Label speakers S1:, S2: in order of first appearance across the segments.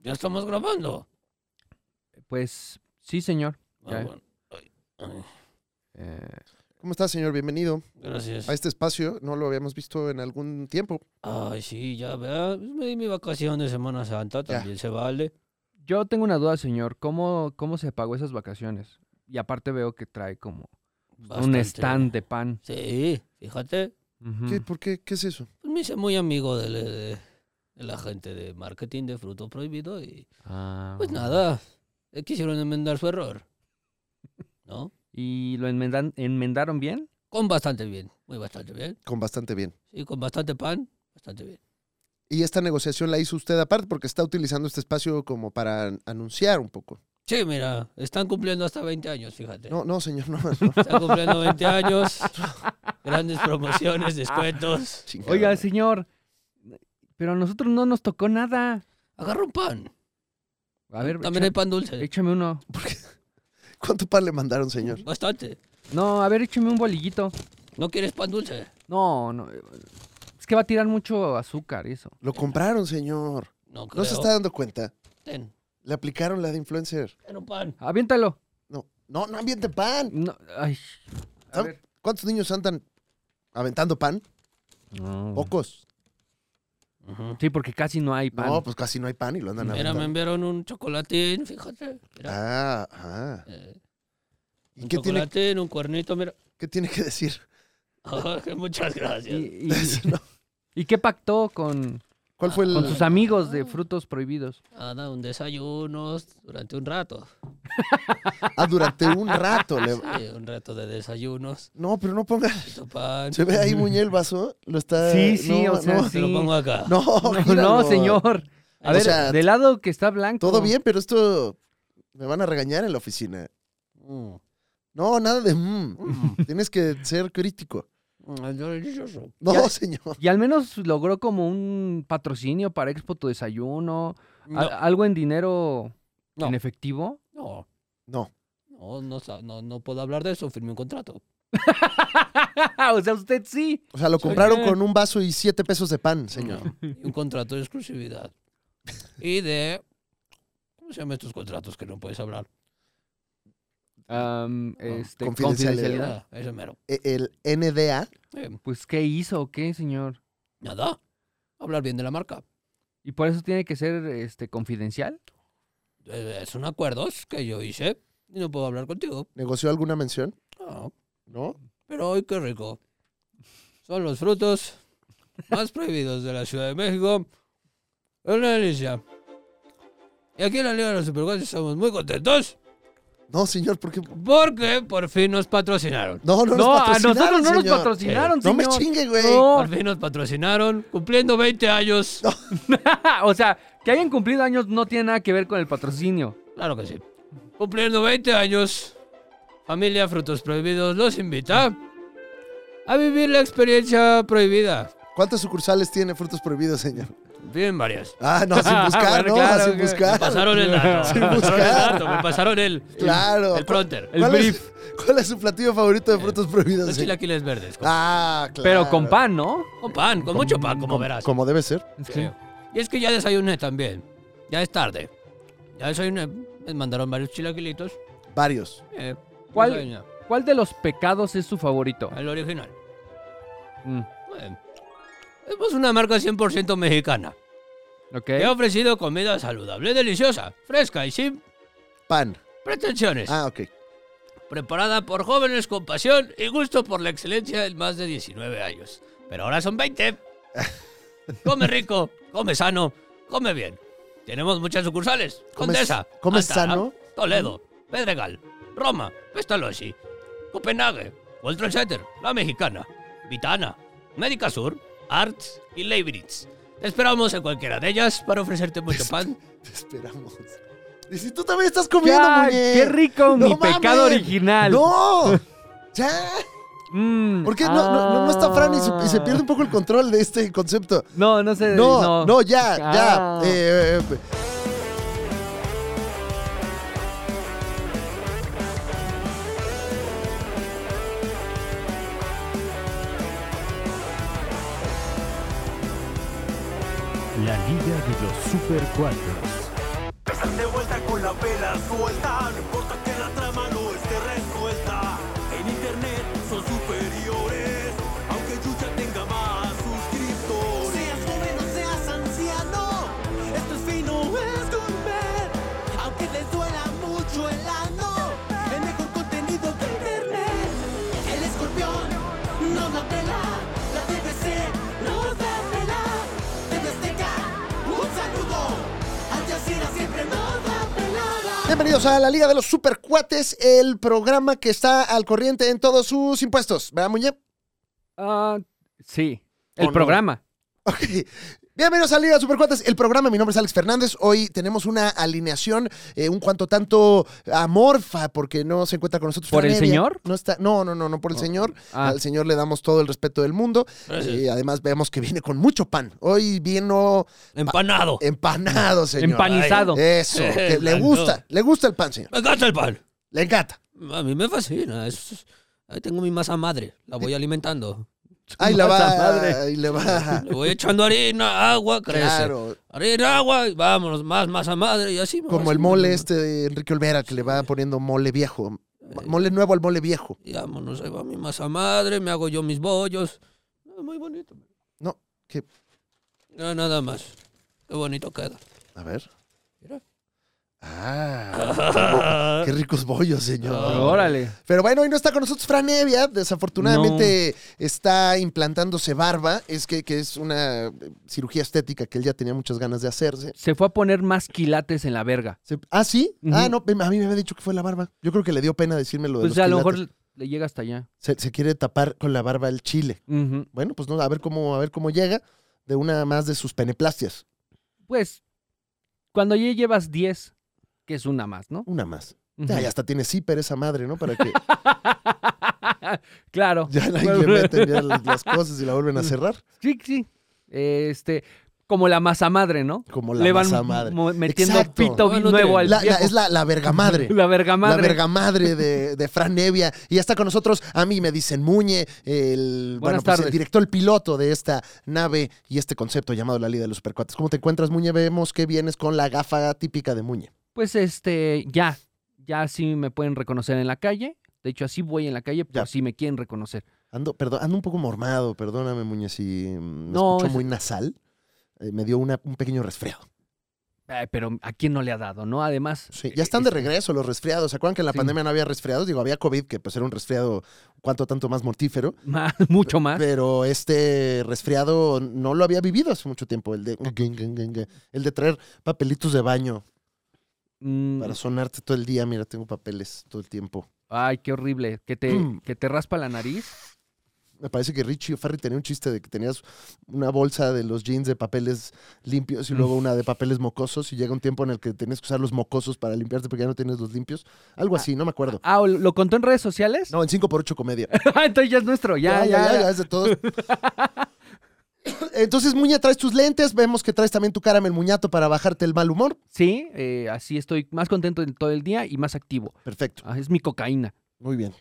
S1: Ya estamos grabando.
S2: Pues sí, señor.
S1: Ah,
S2: Ya.
S1: bueno. Ay, ay,
S2: Eh,
S3: ¿Cómo está, señor? Bienvenido
S1: gracias.
S3: a este espacio. No lo habíamos visto en algún tiempo.
S1: Ay, sí, ya vea. pues Me di mi vacación de Semana Santa,
S3: Ya.
S1: también se vale.
S2: yo tengo una duda, señor. ¿Cómo, ¿Cómo se pagó esas vacaciones? Y aparte veo que trae como un
S1: Bastante.
S2: stand de pan.
S1: Sí, fíjate.
S2: Ujú.
S3: ¿Qué, ¿Por qué? ¿Qué es eso?
S1: Pues me hice muy amigo de, de- de la gente de marketing de Fruto Prohibido y
S2: Ah,
S1: pues nada, eh, quisieron enmendar su error. ¿No?
S2: ¿Y lo enmendan- enmendaron bien?
S1: Con bastante bien, muy bastante bien.
S3: Con bastante bien.
S1: Sí, con bastante pan, bastante bien.
S3: Y esta negociación la hizo usted aparte porque está utilizando este espacio como para an- anunciar un poco.
S1: Sí, mira, están cumpliendo hasta 20 años, fíjate.
S3: No, no, señor, no. no.
S1: Están cumpliendo 20 años. Grandes promociones, descuentos.
S3: Chingada
S2: Oiga,
S3: madre.
S2: señor, pero a nosotros no nos tocó nada.
S1: Agarra un pan.
S2: A ver,
S1: También hay pan dulce.
S2: échame uno.
S3: ¿Cuánto pan le mandaron, señor?
S1: Bastante.
S2: No, a ver, échame un bolillito.
S1: ¿No quieres pan dulce?
S2: No, no. eh, Es que va a tirar mucho azúcar eso.
S3: Lo compraron, señor.
S1: No, creo.
S3: No se está dando cuenta.
S1: Ten,
S3: Le aplicaron la de influencer.
S1: ten un pan.
S2: Aviéntalo.
S3: No, no, no ambiente pan.
S2: No, ay. A
S3: ¿Sabe?
S2: ver.
S3: ¿Cuántos niños andan aventando pan?
S2: No.
S3: Pocos.
S2: Sí, porque casi no hay pan.
S3: No, pues casi no hay pan y lo andan
S1: Mira, me
S3: aventando.
S1: enviaron un chocolatín, fíjate. Mira,
S3: Ah, ajá.
S1: eh,
S3: ¿Y
S1: un
S3: qué tiene,
S1: chocolatín, un cuernito, mira.
S3: qué tiene que decir?
S1: Ah, que muchas gracias.
S2: ¿Y, y- ¿y qué pactó con,
S3: ¿Cuál fue el...?
S2: Ah, con sus amigos de frutos prohibidos?
S1: Nada, un desayuno durante un rato.
S3: Ah, durante un rato. le-
S1: Sí, un rato de desayunos.
S3: No, pero no ponga...
S1: Tu pan.
S3: ¿Se ve ahí Muñe el vaso? Lo está...
S2: Sí, sí,
S3: no,
S2: o sea,
S3: no,
S1: Te lo
S2: Sí.
S1: pongo acá.
S3: No,
S2: No,
S3: gíralo.
S2: no, señor. A
S3: Oh, O
S2: ver,
S3: sea,
S2: del lado que está blanco.
S3: Todo bien, pero esto... Me van a regañar en la oficina.
S1: Mm,
S3: No, nada de... mm.
S1: mm,
S3: Tienes que ser crítico.
S1: mm, es delicioso.
S3: No,
S2: Ya-
S3: señor.
S2: Y al menos logró como un patrocinio para Expo Tu Desayuno.
S3: Ah,
S1: No,
S2: a- algo en dinero
S1: No.
S2: en efectivo.
S1: no,
S3: No.
S1: no, no, sa- no, no puedo hablar de eso. Firmé un contrato.
S2: o sea, usted sí.
S3: O sea, lo
S1: Soy-
S3: compraron con un vaso y siete pesos de pan, señor.
S1: No, y un contrato de exclusividad. Y de. ¿Cómo se llaman estos contratos que no puedes hablar?
S2: Am, este,
S3: confidencialidad.
S2: confidencialidad.
S1: Ah, Ese mero.
S3: E- El NDA.
S1: Eh,
S2: Pues, ¿qué hizo o qué, señor?
S1: nada. Hablar bien de la marca.
S2: ¿Y por eso tiene que ser este confidencial?
S1: Eh, son acuerdos que yo hice y no puedo hablar contigo.
S3: ¿Negoció alguna mención?
S1: Ah,
S3: No.
S1: pero hoy qué rico. Son los frutos más prohibidos de la Ciudad de México. Es una delicia. Y aquí en la Liga de los Supercuates estamos muy contentos
S3: No, señor, porque...
S1: porque por fin nos patrocinaron.
S3: No, no, nos
S2: No, a
S3: patrocinaron,
S2: nosotros no nos
S3: señor.
S2: patrocinaron,
S3: No me
S2: señor.
S3: chingue, güey.
S2: No.
S1: Por fin nos patrocinaron, cumpliendo 20 años.
S2: o sea, que hayan cumplido años no tiene nada que ver con el patrocinio.
S1: Claro que sí. Cumpliendo 20 años, familia Frutos Prohibidos los invita a vivir la experiencia prohibida.
S3: ¿Cuántas sucursales tiene Frutos Prohibidos, señor?
S1: Bien varias.
S3: Ah, no, sin buscar,
S2: Bueno,
S3: ¿no?
S2: claro,
S3: sin
S2: que-
S3: buscar.
S1: Pasaron el dato.
S3: Sin
S1: me pasaron el
S3: buscar.
S1: dato, me pasaron el,
S3: Claro.
S1: el pronter.
S2: El
S3: ¿Cuál es-
S2: brief. Eh,
S3: ¿Cuál es su platillo favorito de frutos prohibidos?
S1: Los
S3: señor?
S1: chilaquiles verdes. Con,
S3: Ah, claro.
S2: Pero con pan, ¿no?
S1: con pan, con, mucho pan, como verás.
S3: Como debe ser.
S1: Sí. Y es que ya desayuné también. Ya es tarde. Ya desayuné. Me mandaron varios chilaquilitos.
S3: Varios.
S1: Eh,
S2: ¿Cuál?
S1: desayuné.
S2: ¿Cuál de los pecados es su favorito?
S1: El original.
S2: Mm,
S1: Bueno, Somos una marca 100% mexicana.
S2: ok.
S1: Te ha ofrecido comida saludable, deliciosa, fresca y sin
S3: Pan.
S1: pretensiones.
S3: Ah, ok.
S1: Preparada por jóvenes con pasión y gusto por la excelencia en más de 19 años. Pero ahora son 20. Come rico, come sano, come bien. Tenemos muchas sucursales.
S3: ¿Comes-
S1: Condesa.
S3: comes
S1: Antara,
S3: sano?
S1: Toledo, Pedregal, Roma, Pestalozzi, Copenhague, World Trade Center, La Mexicana, Vitana, Médica Sur, Arts y Leibniz. Te esperamos en cualquiera de ellas para ofrecerte mucho pan.
S3: Te esperamos. Y si tú también estás comiendo,
S2: ¡Ay,
S3: muñe.
S2: ¡Qué rico!
S3: No
S2: mi pecado
S3: mames.
S2: original.
S3: ¡No! ¡Ya!
S2: Mm,
S3: ¿Por qué no, no, no- no está Fran y su- y se pierde un
S2: ah.
S3: poco el control de este concepto?
S2: No, no sé.
S3: No, no, ya, ya.
S2: Ah.
S3: Eh, eh, eh,
S4: La Liga de los Super Cuatros. De vuelta con la vela suelta, no importa que la trama no esté resuelta. En internet son superiores, aunque Yuya tenga más suscriptores. Seas joven o seas anciano, esto es fino, es gourmet. Aunque les duela mucho el ano, el mejor contenido de internet. El escorpión no la pela, la TVC no da pela. TV Azteca, un saludo, Al Jazeera siempre no da pelada.
S3: Bienvenidos a la Liga de los Supercuates, el programa que está al corriente en todos sus impuestos. ¿Verdad, Muñe?
S2: Ah, sí.
S3: ¿O
S2: El
S3: no?
S2: programa.
S3: Ok. Bienvenidos a Liga Supercuates, el programa. Mi nombre es Alex Fernández. Hoy tenemos una alineación eh, un cuanto tanto amorfa porque no se encuentra con nosotros.
S2: ¿Por el
S3: Fran Evia.
S2: señor?
S3: No está, no, no, no, no por el
S2: Oh.
S3: señor.
S2: Ah.
S3: Al señor le damos todo el respeto del mundo.
S1: Gracias.
S3: Y además vemos que viene con mucho pan. Hoy vino
S1: Empanado.
S3: Eh, empanado, señor.
S2: Empanizado.
S3: Eso, que le
S1: Exacto.
S3: gusta, le gusta el pan, señor.
S1: Me encanta el pan.
S3: Le encanta.
S1: A mí me fascina. es- Ahí tengo mi masa madre. La voy alimentando.
S3: Ahí la
S2: Masa
S3: va,
S2: madre.
S3: ahí le va.
S1: Le voy echando harina, agua, crece.
S3: Claro,
S1: Harina, agua, y vámonos, más masa madre y así. me
S3: como
S1: vas
S3: el mole
S1: haciendo,
S3: este de Enrique Olvera que le va poniendo mole viejo.
S2: Eh.
S3: Mole nuevo al mole viejo.
S1: Y vámonos, ahí va mi masa madre, me hago yo mis bollos. Ah, Muy bonito.
S3: No, que.
S1: No, nada más. Qué bonito queda.
S3: A ver.
S1: Mira.
S3: Ah, qué ricos bollos,
S2: Ah.
S3: señor.
S2: Órale.
S3: Pero bueno, hoy no está con nosotros Fran Evia. Desafortunadamente está implantándose barba. Es que, que es una eh, cirugía estética que él ya tenía muchas ganas de hacerse.
S2: Se fue a poner más quilates en la verga.
S3: Se- ah, sí.
S2: Ujú.
S3: Ah, no, a mí me había dicho que fue la barba. Yo creo que le dio pena decirme lo de
S2: Pues
S3: los
S2: a lo mejor
S3: quilates.
S2: le llega hasta allá.
S3: se, se quiere tapar con la barba el chile.
S2: Ujú.
S3: Bueno, pues no, a ver cómo, a ver cómo llega de una más de sus peneplastias.
S2: Pues, cuando ya llevas 10, que es una más, ¿no?
S3: Una más.
S2: Ujú.
S3: Ya, y hasta tiene zipper esa madre, ¿no? Para que
S2: claro.
S3: ya ahí le meten ya las, las cosas y la vuelven
S2: Mm.
S3: a cerrar.
S2: Sí, sí. Este, como la masa madre, ¿no?
S3: Como la
S2: le van
S3: masa madre.
S2: mo- metiendo
S3: Exacto.
S2: pito
S1: Ah, no
S2: nuevo
S1: tiene-
S2: al
S3: La- la-
S2: viejo.
S3: es la, la verga madre.
S2: La verga madre.
S3: La verga madre de, de Fran Nevia. Y ya está con nosotros, a mí me dicen Muñe, el, bueno,
S2: Buenas
S3: pues, el
S2: tardes.
S3: director, el piloto de esta nave y este concepto llamado la Liga de los Supercuates. ¿Cómo te encuentras, Muñe? Vemos que vienes con la gafa típica de Muñe.
S2: Pues este, ya. Ya sí me pueden reconocer en la calle. De hecho, así voy en la calle por
S3: Ya.
S2: si me quieren reconocer.
S3: Ando, perdón, ando un poco mormado, perdóname, Muñe, si mm, me
S2: No,
S3: escucho
S2: es-
S3: muy nasal. Eh, me dio una- un pequeño resfriado.
S2: Ay, pero ¿a quién no le ha dado, no? Además. eh,
S3: Sí, ya están de regreso los resfriados. ¿Se acuerdan que en la
S2: este. Sí.
S3: pandemia no había resfriados? Digo, había COVID, que pues era un resfriado cuanto tanto más mortífero.
S2: Más- mucho más.
S3: Pero este resfriado no lo había vivido hace mucho tiempo. El de, el de traer papelitos de baño
S2: Mm,
S3: para sonarte todo el día. Mira, tengo papeles todo el tiempo.
S2: Ay, qué horrible. Que te,
S3: Mm.
S2: que te raspa la nariz.
S3: Me parece que Richie Ferry tenía un chiste de que tenías una bolsa de los jeans de papeles limpios y luego una de papeles mocosos y llega un tiempo en el que tenías que usar los mocosos para limpiarte porque ya no tienes los limpios. Algo así, no me acuerdo.
S2: Ah, ¿lo- ¿lo contó en redes sociales?
S3: No, en 5x8 comedia.
S2: Ah, Entonces ya es nuestro. Ya, ya. ya.
S3: es de todos. Entonces, Muña, traes tus lentes. Vemos que traes también tu caramel muñato para bajarte el mal humor.
S2: Sí, eh, así estoy más contento en todo el día y más activo.
S3: Perfecto.
S2: Ah, es mi cocaína.
S3: Muy bien.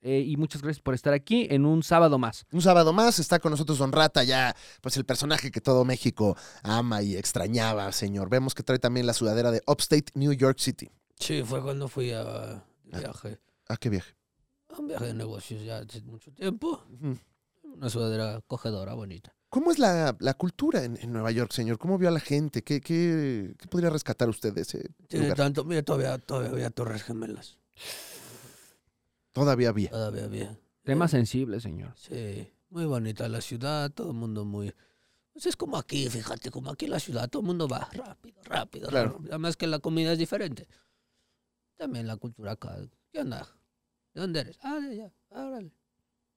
S2: Eh, y muchas gracias por estar aquí en un sábado más.
S3: Un sábado más está con nosotros Don Rata, ya, pues el personaje que todo México ama y extrañaba, señor. Vemos que trae también la sudadera de Upstate New York City.
S1: Sí, fue cuando fui a viaje,
S3: Ah, qué viaje.
S1: a un viaje de negocios ya hace mucho tiempo.
S3: Ujú.
S1: Una sudadera cogedora bonita.
S3: ¿Cómo es la, la cultura en, en Nueva York, señor? ¿Cómo vio a la gente? ¿Qué, qué, qué podría rescatar usted de ese
S1: Tiene
S3: lugar?
S1: tanto, mira, todavía, todavía había torres gemelas.
S3: Todavía había.
S1: Todavía había.
S2: Tema sensible, señor.
S1: Sí, muy bonita la ciudad, todo el mundo muy... Pues es como aquí, fíjate, como aquí la ciudad, todo el mundo va rápido, rápido.
S3: Claro.
S1: rápido. Además que la comida es diferente. También la cultura acá. ¿Qué onda? ¿De dónde eres? Ah, de allá. Ah, órale.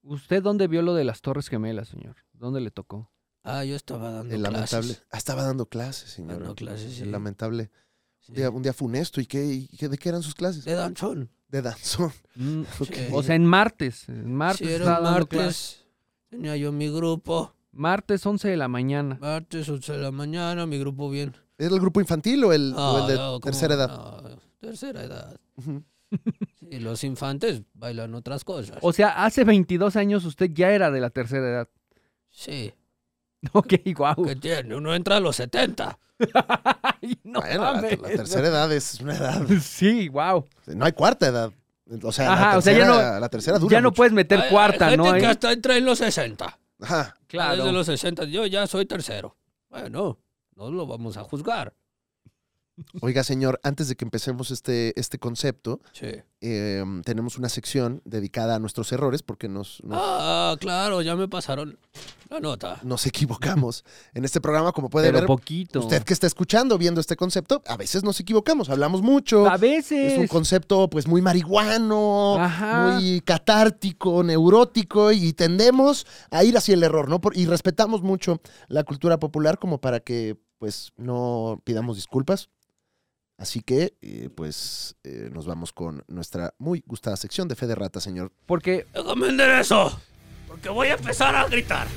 S2: ¿Usted dónde vio lo de las Torres Gemelas, señor? ¿Dónde le tocó?
S1: Ah, yo estaba dando
S3: El lamentable.
S1: clases.
S3: Ah, estaba dando clases, señor.
S1: Dando clases, sí.
S3: El lamentable.
S1: Sí.
S3: Un día, un día funesto. ¿Y, qué, y qué- de qué eran sus clases?
S1: De danzón.
S3: De danzón.
S2: Mm,
S1: Ok.
S2: O sea, en martes. En martes.
S1: Sí, era
S2: estaba
S1: un
S2: dando
S1: martes.
S2: clase.
S1: Tenía yo mi grupo.
S2: Martes 11 de la mañana.
S1: Martes 11 de la mañana, mi grupo bien.
S3: ¿Era el grupo infantil o el, o el
S1: Ah,
S3: de
S1: no, ¿cómo?
S3: tercera edad?
S1: No, tercera edad.
S3: Ujú.
S1: Y los infantes bailan otras cosas.
S2: O sea, hace 22 años usted ya era de la tercera edad.
S1: Sí.
S2: Ok, guau.
S1: ¿Qué tiene? Uno entra a los 70.
S2: Ay, no
S3: Bueno, la,
S2: mames.
S3: la tercera edad es una edad.
S2: Sí, wow.
S3: No hay cuarta edad. O sea,
S2: Ajá,
S3: la, tercera,
S2: o sea, ya no-
S3: la tercera Pues dura.
S2: Ya no
S3: mucho. Ah,
S2: puedes meter
S1: Hay- hay
S2: cuarta, ¿no?
S1: gente que
S2: Ahí.
S1: hasta entra en los 60.
S3: Ajá.
S2: Claro.
S1: Desde los 60. Yo ya soy tercero. Bueno, no lo vamos a juzgar.
S3: Oiga, señor, antes de que empecemos este, este concepto,
S1: Sí.
S3: eh, tenemos una sección dedicada a nuestros errores porque nos, nos-
S1: Ah, claro, ya me pasaron la nota.
S3: nos equivocamos. En este programa, como puede
S2: Pero
S3: ver,
S2: poquito.
S3: usted que está escuchando, viendo este concepto, a veces nos equivocamos, hablamos mucho.
S2: A veces.
S3: Es un concepto pues muy marihuano,
S2: Ajá.
S3: muy catártico, neurótico y tendemos a ir hacia el error, ¿no? Por- y respetamos mucho la cultura popular como para que pues no pidamos disculpas. Así que eh, pues eh, nos vamos con nuestra muy gustada sección de Fe de Rata, señor.
S2: Porque
S1: Déjame enderezo, porque voy a empezar a gritar.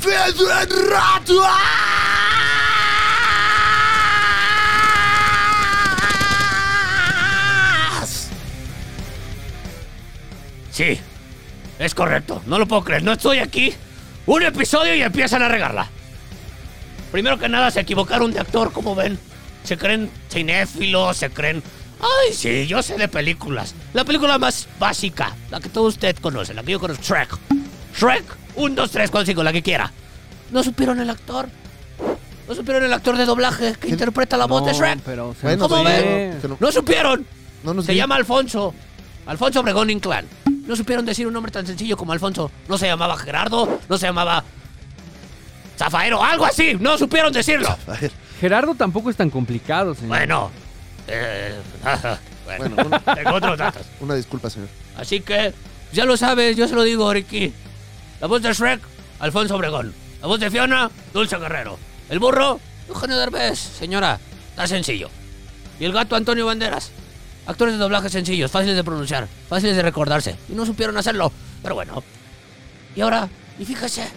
S3: ¡Fe de Ratas!
S1: Sí, es correcto. No lo puedo creer. No estoy aquí. Un episodio y empiezan a regarla. Primero que nada, se equivocaron de actor, como ven. Se creen cinéfilos, se creen... Ay, sí, yo sé de películas. La película más básica, la que todo usted conoce, la que yo conozco, Shrek. Shrek, 1, 2, 3, 4, 5, la que quiera. No supieron el actor. No supieron el actor de doblaje que interpreta la voz de
S2: No,
S1: Shrek.
S2: Pero se
S3: Bueno,
S2: nos
S1: ¿Cómo
S2: fue.
S3: ven? Que
S1: pues, eh,
S3: no-
S1: No supieron.
S3: No nos
S1: Se
S3: vi-
S1: llama Alfonso. Alfonso Obregón Inclán. No supieron decir un nombre tan sencillo como Alfonso. No se llamaba Gerardo, no se llamaba Zafaero, algo así. No supieron decirlo.
S3: A ver,
S2: Gerardo tampoco es tan complicado, señor.
S1: Bueno. eh, bueno,
S3: bueno, una,
S1: tengo otros datos.
S3: una disculpa, señor.
S1: Así que, ya lo sabes, yo se lo digo, Ricky. La voz de Shrek, Alfonso Obregón. La voz de Fiona, Dulce Guerrero. El burro, Eugenio Derbez. Señora, está sencillo. Y el gato, Antonio Banderas. Actores de doblaje sencillos, fáciles de pronunciar, fáciles de recordarse. Y no supieron hacerlo, pero bueno. Y ahora, y fíjese,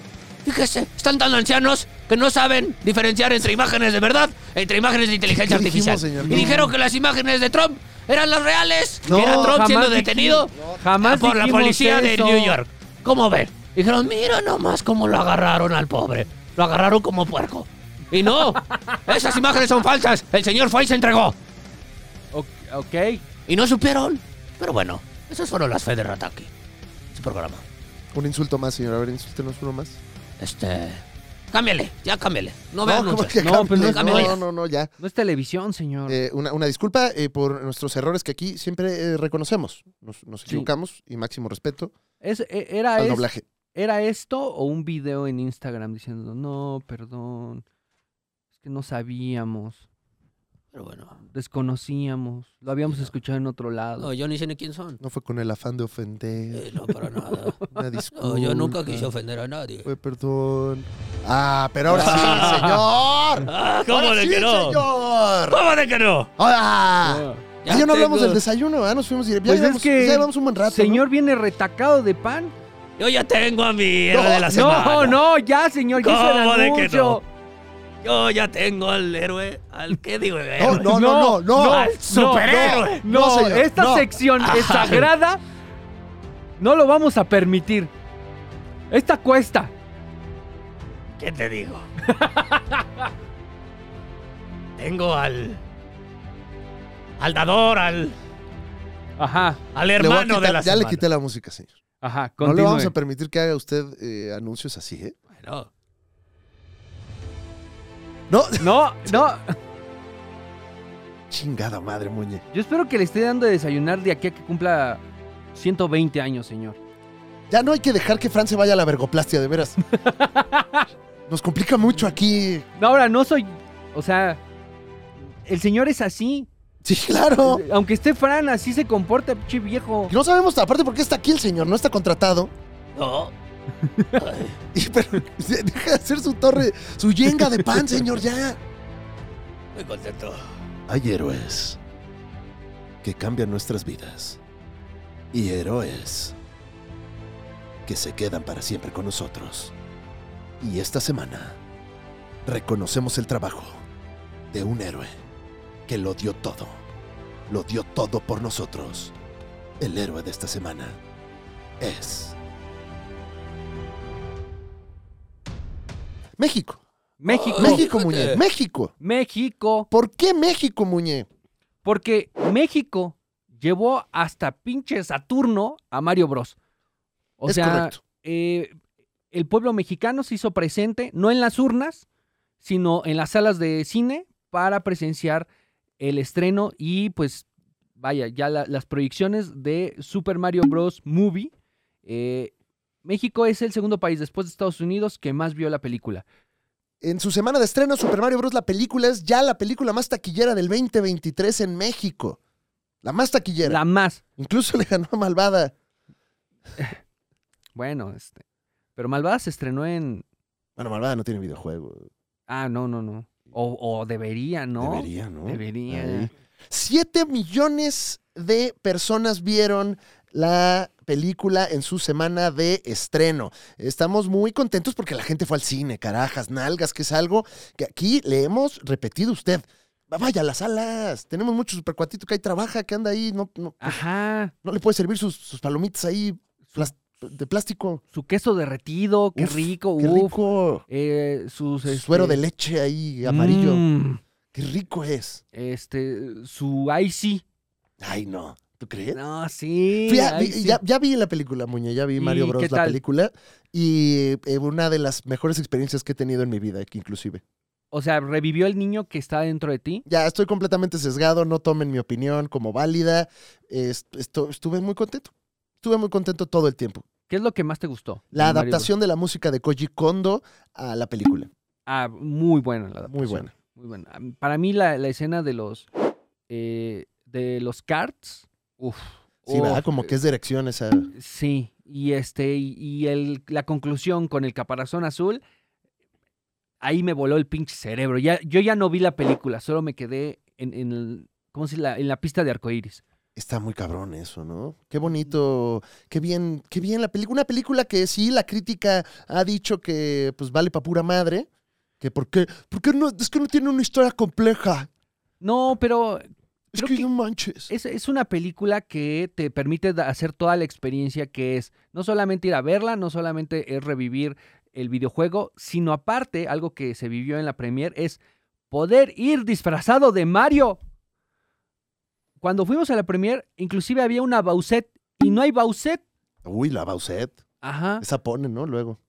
S1: fíjese, están tan ancianos que no saben diferenciar entre imágenes de verdad entre imágenes de inteligencia
S3: ¿Qué dijimos,
S1: artificial.
S3: señor?
S1: Y dijeron que las imágenes de Trump eran las reales, que
S3: No,
S1: era Trump
S2: jamás
S1: siendo
S2: dijimos-
S1: detenido
S2: Jamás
S1: por la
S2: dijimos
S1: policía de
S2: eso.
S1: New York. ¿Cómo ven? Dijeron, mira nomás cómo lo agarraron al pobre. Lo agarraron como puerco. Y no, esas imágenes son falsas. El señor fue y se entregó.
S2: Ok. ok.
S1: Y no supieron. Pero bueno, esas fueron las fe de Rataki. Su programa.
S3: Un insulto más, señor. A ver, insúltenos uno más.
S1: Este. Cámbiale, ya cámbiale. No vean
S3: ¿cómo
S1: anuncios.
S3: que
S2: No,
S3: cambie?
S2: pues no es-
S1: Cámbiale ya.
S3: no, no, no, ya.
S2: No es televisión, señor.
S3: Eh, una, una disculpa eh, por nuestros errores que aquí siempre eh, reconocemos. Nos, nos equivocamos y máximo respeto
S2: Es- e- era,
S3: al
S2: es-
S3: doblaje.
S2: ¿Era esto o un video en Instagram diciendo, no, perdón, es que no sabíamos,
S1: Pero bueno.
S2: desconocíamos, lo habíamos escuchado en otro lado?
S1: No, yo ni sé ni quién son.
S3: No fue con el afán de ofender.
S1: Eh, no, para nada.
S3: Una disculpa.
S1: No, yo nunca quise ofender a nadie.
S3: Fue perdón. Ah, pero ahora sí, señor.
S1: Ah, ¿Cómo
S3: Ahora
S1: de
S3: sí,
S1: que no?
S3: señor.
S1: ¿Cómo de que no?
S3: ¡Hola!
S1: Ya
S3: Ah, Ya, no hablamos
S1: tengo-
S3: del desayuno, ¿verdad? Nos fuimos directo. Ya,
S2: Ah. Pues es
S3: llevamos,
S2: que-
S3: ya llevamos un buen rato. ¿no?
S2: señor viene retacado de pan.
S1: Yo ya tengo a mi héroe
S3: No,
S1: de la semana.
S2: No, no, ya, señor, ya hizo el
S1: ¿Cómo de que
S2: anuncio.
S1: Yo ya tengo al héroe, al qué digo
S3: No,
S1: héroe.
S3: no, no, no, no.
S1: al superhéroe.
S2: No,
S3: No, señor,
S2: esta
S3: no.
S2: sección
S1: Ay.
S2: es sagrada. No lo vamos a permitir. Esta cuesta.
S1: ¿Qué te digo? tengo al al dador, al
S2: Ajá,
S1: al
S3: Le voy a
S1: hermano de
S3: quitar-
S1: la
S3: ya
S1: semana.
S3: le quité la música, señor.
S2: ajá,
S3: No le
S2: continúe.
S3: vamos a permitir que haga usted eh, anuncios así, ¿eh?
S1: Bueno,
S3: No,
S2: No, no,
S3: chingada madre, Muñe.
S2: yo espero que le esté dando de desayunar de aquí a que cumpla 120 años, señor.
S3: Ya no hay que dejar que Fran se vaya a la vergoplastia, de veras. Nos complica mucho aquí.
S2: No, ahora no soy. O sea, el señor es así.
S3: Sí, claro.
S2: Aunque esté Fran, así se comporta, pinche viejo.
S3: Y No sabemos, aparte, por qué está aquí el señor. No está contratado.
S1: no. Ay,
S3: Y, pero, deja de hacer su torre, su yenga de pan, señor, ya.
S1: muy contento.
S5: Hay héroes que cambian nuestras vidas y héroes que se quedan para siempre con nosotros. Y esta semana reconocemos el trabajo de un héroe que lo dio todo, lo dio todo por nosotros. El héroe de esta semana es
S3: México.
S2: México.
S1: fíjate.
S3: México, Muñe. México.
S2: México.
S3: ¿Por qué México, Muñe?
S2: Porque México llevó hasta pinche Saturno a Mario Bros. O
S3: es
S2: sea,
S3: correcto.
S2: eh, el pueblo mexicano se hizo presente, no en las urnas, sino en las salas de cine para presenciar el estreno y pues vaya, ya la- las proyecciones de Super Mario Bros. Movie. Eh, México es el segundo país después de Estados Unidos que más vio la película.
S3: En su semana de estreno, Super Mario Bros. la película es ya la película más taquillera del 2023 en México. La más taquillera.
S2: La más.
S3: Incluso le ganó a Malvada.
S2: Bueno, este. Pero Malvada se estrenó en.
S3: Bueno, Malvada no tiene videojuego.
S2: Ah, no, no, no. O, o debería, ¿no?
S3: Debería, ¿no?
S2: Debería.
S3: Ahí. Siete millones de personas vieron la película en su semana de estreno. Estamos muy contentos porque la gente fue al cine, carajas, nalgas, que es algo que aquí le hemos repetido a usted. Vaya a las salas, tenemos mucho supercuatito que ahí trabaja, que anda ahí, no, no,
S2: Ajá.
S3: no le puede servir sus, sus palomitas ahí plas- de plástico.
S2: Su queso derretido, qué
S3: Uf,
S2: rico,
S3: Qué
S2: uf.
S3: rico.
S2: Eh, sus, este,
S3: Suero de leche ahí amarillo.
S2: mm,
S3: Qué rico es.
S2: este, su IC.
S3: Ay, no. ¿Tú crees?
S2: No, sí.
S3: Fui a- vi-
S2: IC.
S3: Eh, ya, ya vi la película, Muñe, ya vi Mario
S2: ¿Y
S3: Bros.
S2: qué
S3: la
S2: tal?
S3: película. Y eh, una de las mejores experiencias que he tenido en mi vida, que inclusive.
S2: O sea, revivió el niño que está dentro de ti.
S3: Ya estoy completamente sesgado, no tomen mi opinión como válida. Es- esto- estuve muy contento. Estuve muy contento todo el tiempo.
S2: ¿Qué es lo que más te gustó?
S3: La
S2: de Mario
S3: adaptación de la música de Koji Kondo a la película.
S2: Bros? Ah, muy buena la adaptación.
S3: Muy buena.
S2: Muy buena. Ah, Para mí la, la escena de los, eh, de los carts. Uf.
S3: Sí, ¿verdad?
S2: uf,
S3: Como que es dirección esa.
S2: Sí, y este, y, y el, la conclusión con el caparazón azul, ahí me voló el pinche cerebro. Ya, yo ya no vi la película, solo me quedé en, en el- ¿cómo se dice? la, en la pista de arcoíris.
S3: Está muy cabrón eso, ¿no? Qué bonito, qué bien, qué bien la película. Una película que sí, la crítica ha dicho que pues vale pa' pura madre. Que por qué, por qué no, es que no tiene una historia compleja.
S2: No, pero
S3: Es
S2: Creo
S3: que,
S2: que-
S3: no manches.
S2: es, es una película que te permite da- hacer toda la experiencia que es. No solamente ir a verla, no solamente es revivir el videojuego, sino aparte, algo que se vivió en la premier es poder ir disfrazado de Mario. Cuando fuimos a la premier, inclusive había una Bauset y no hay Bauset.
S3: Uy, la Bauset.
S2: Ajá.
S3: Esa pone, ¿no? Luego.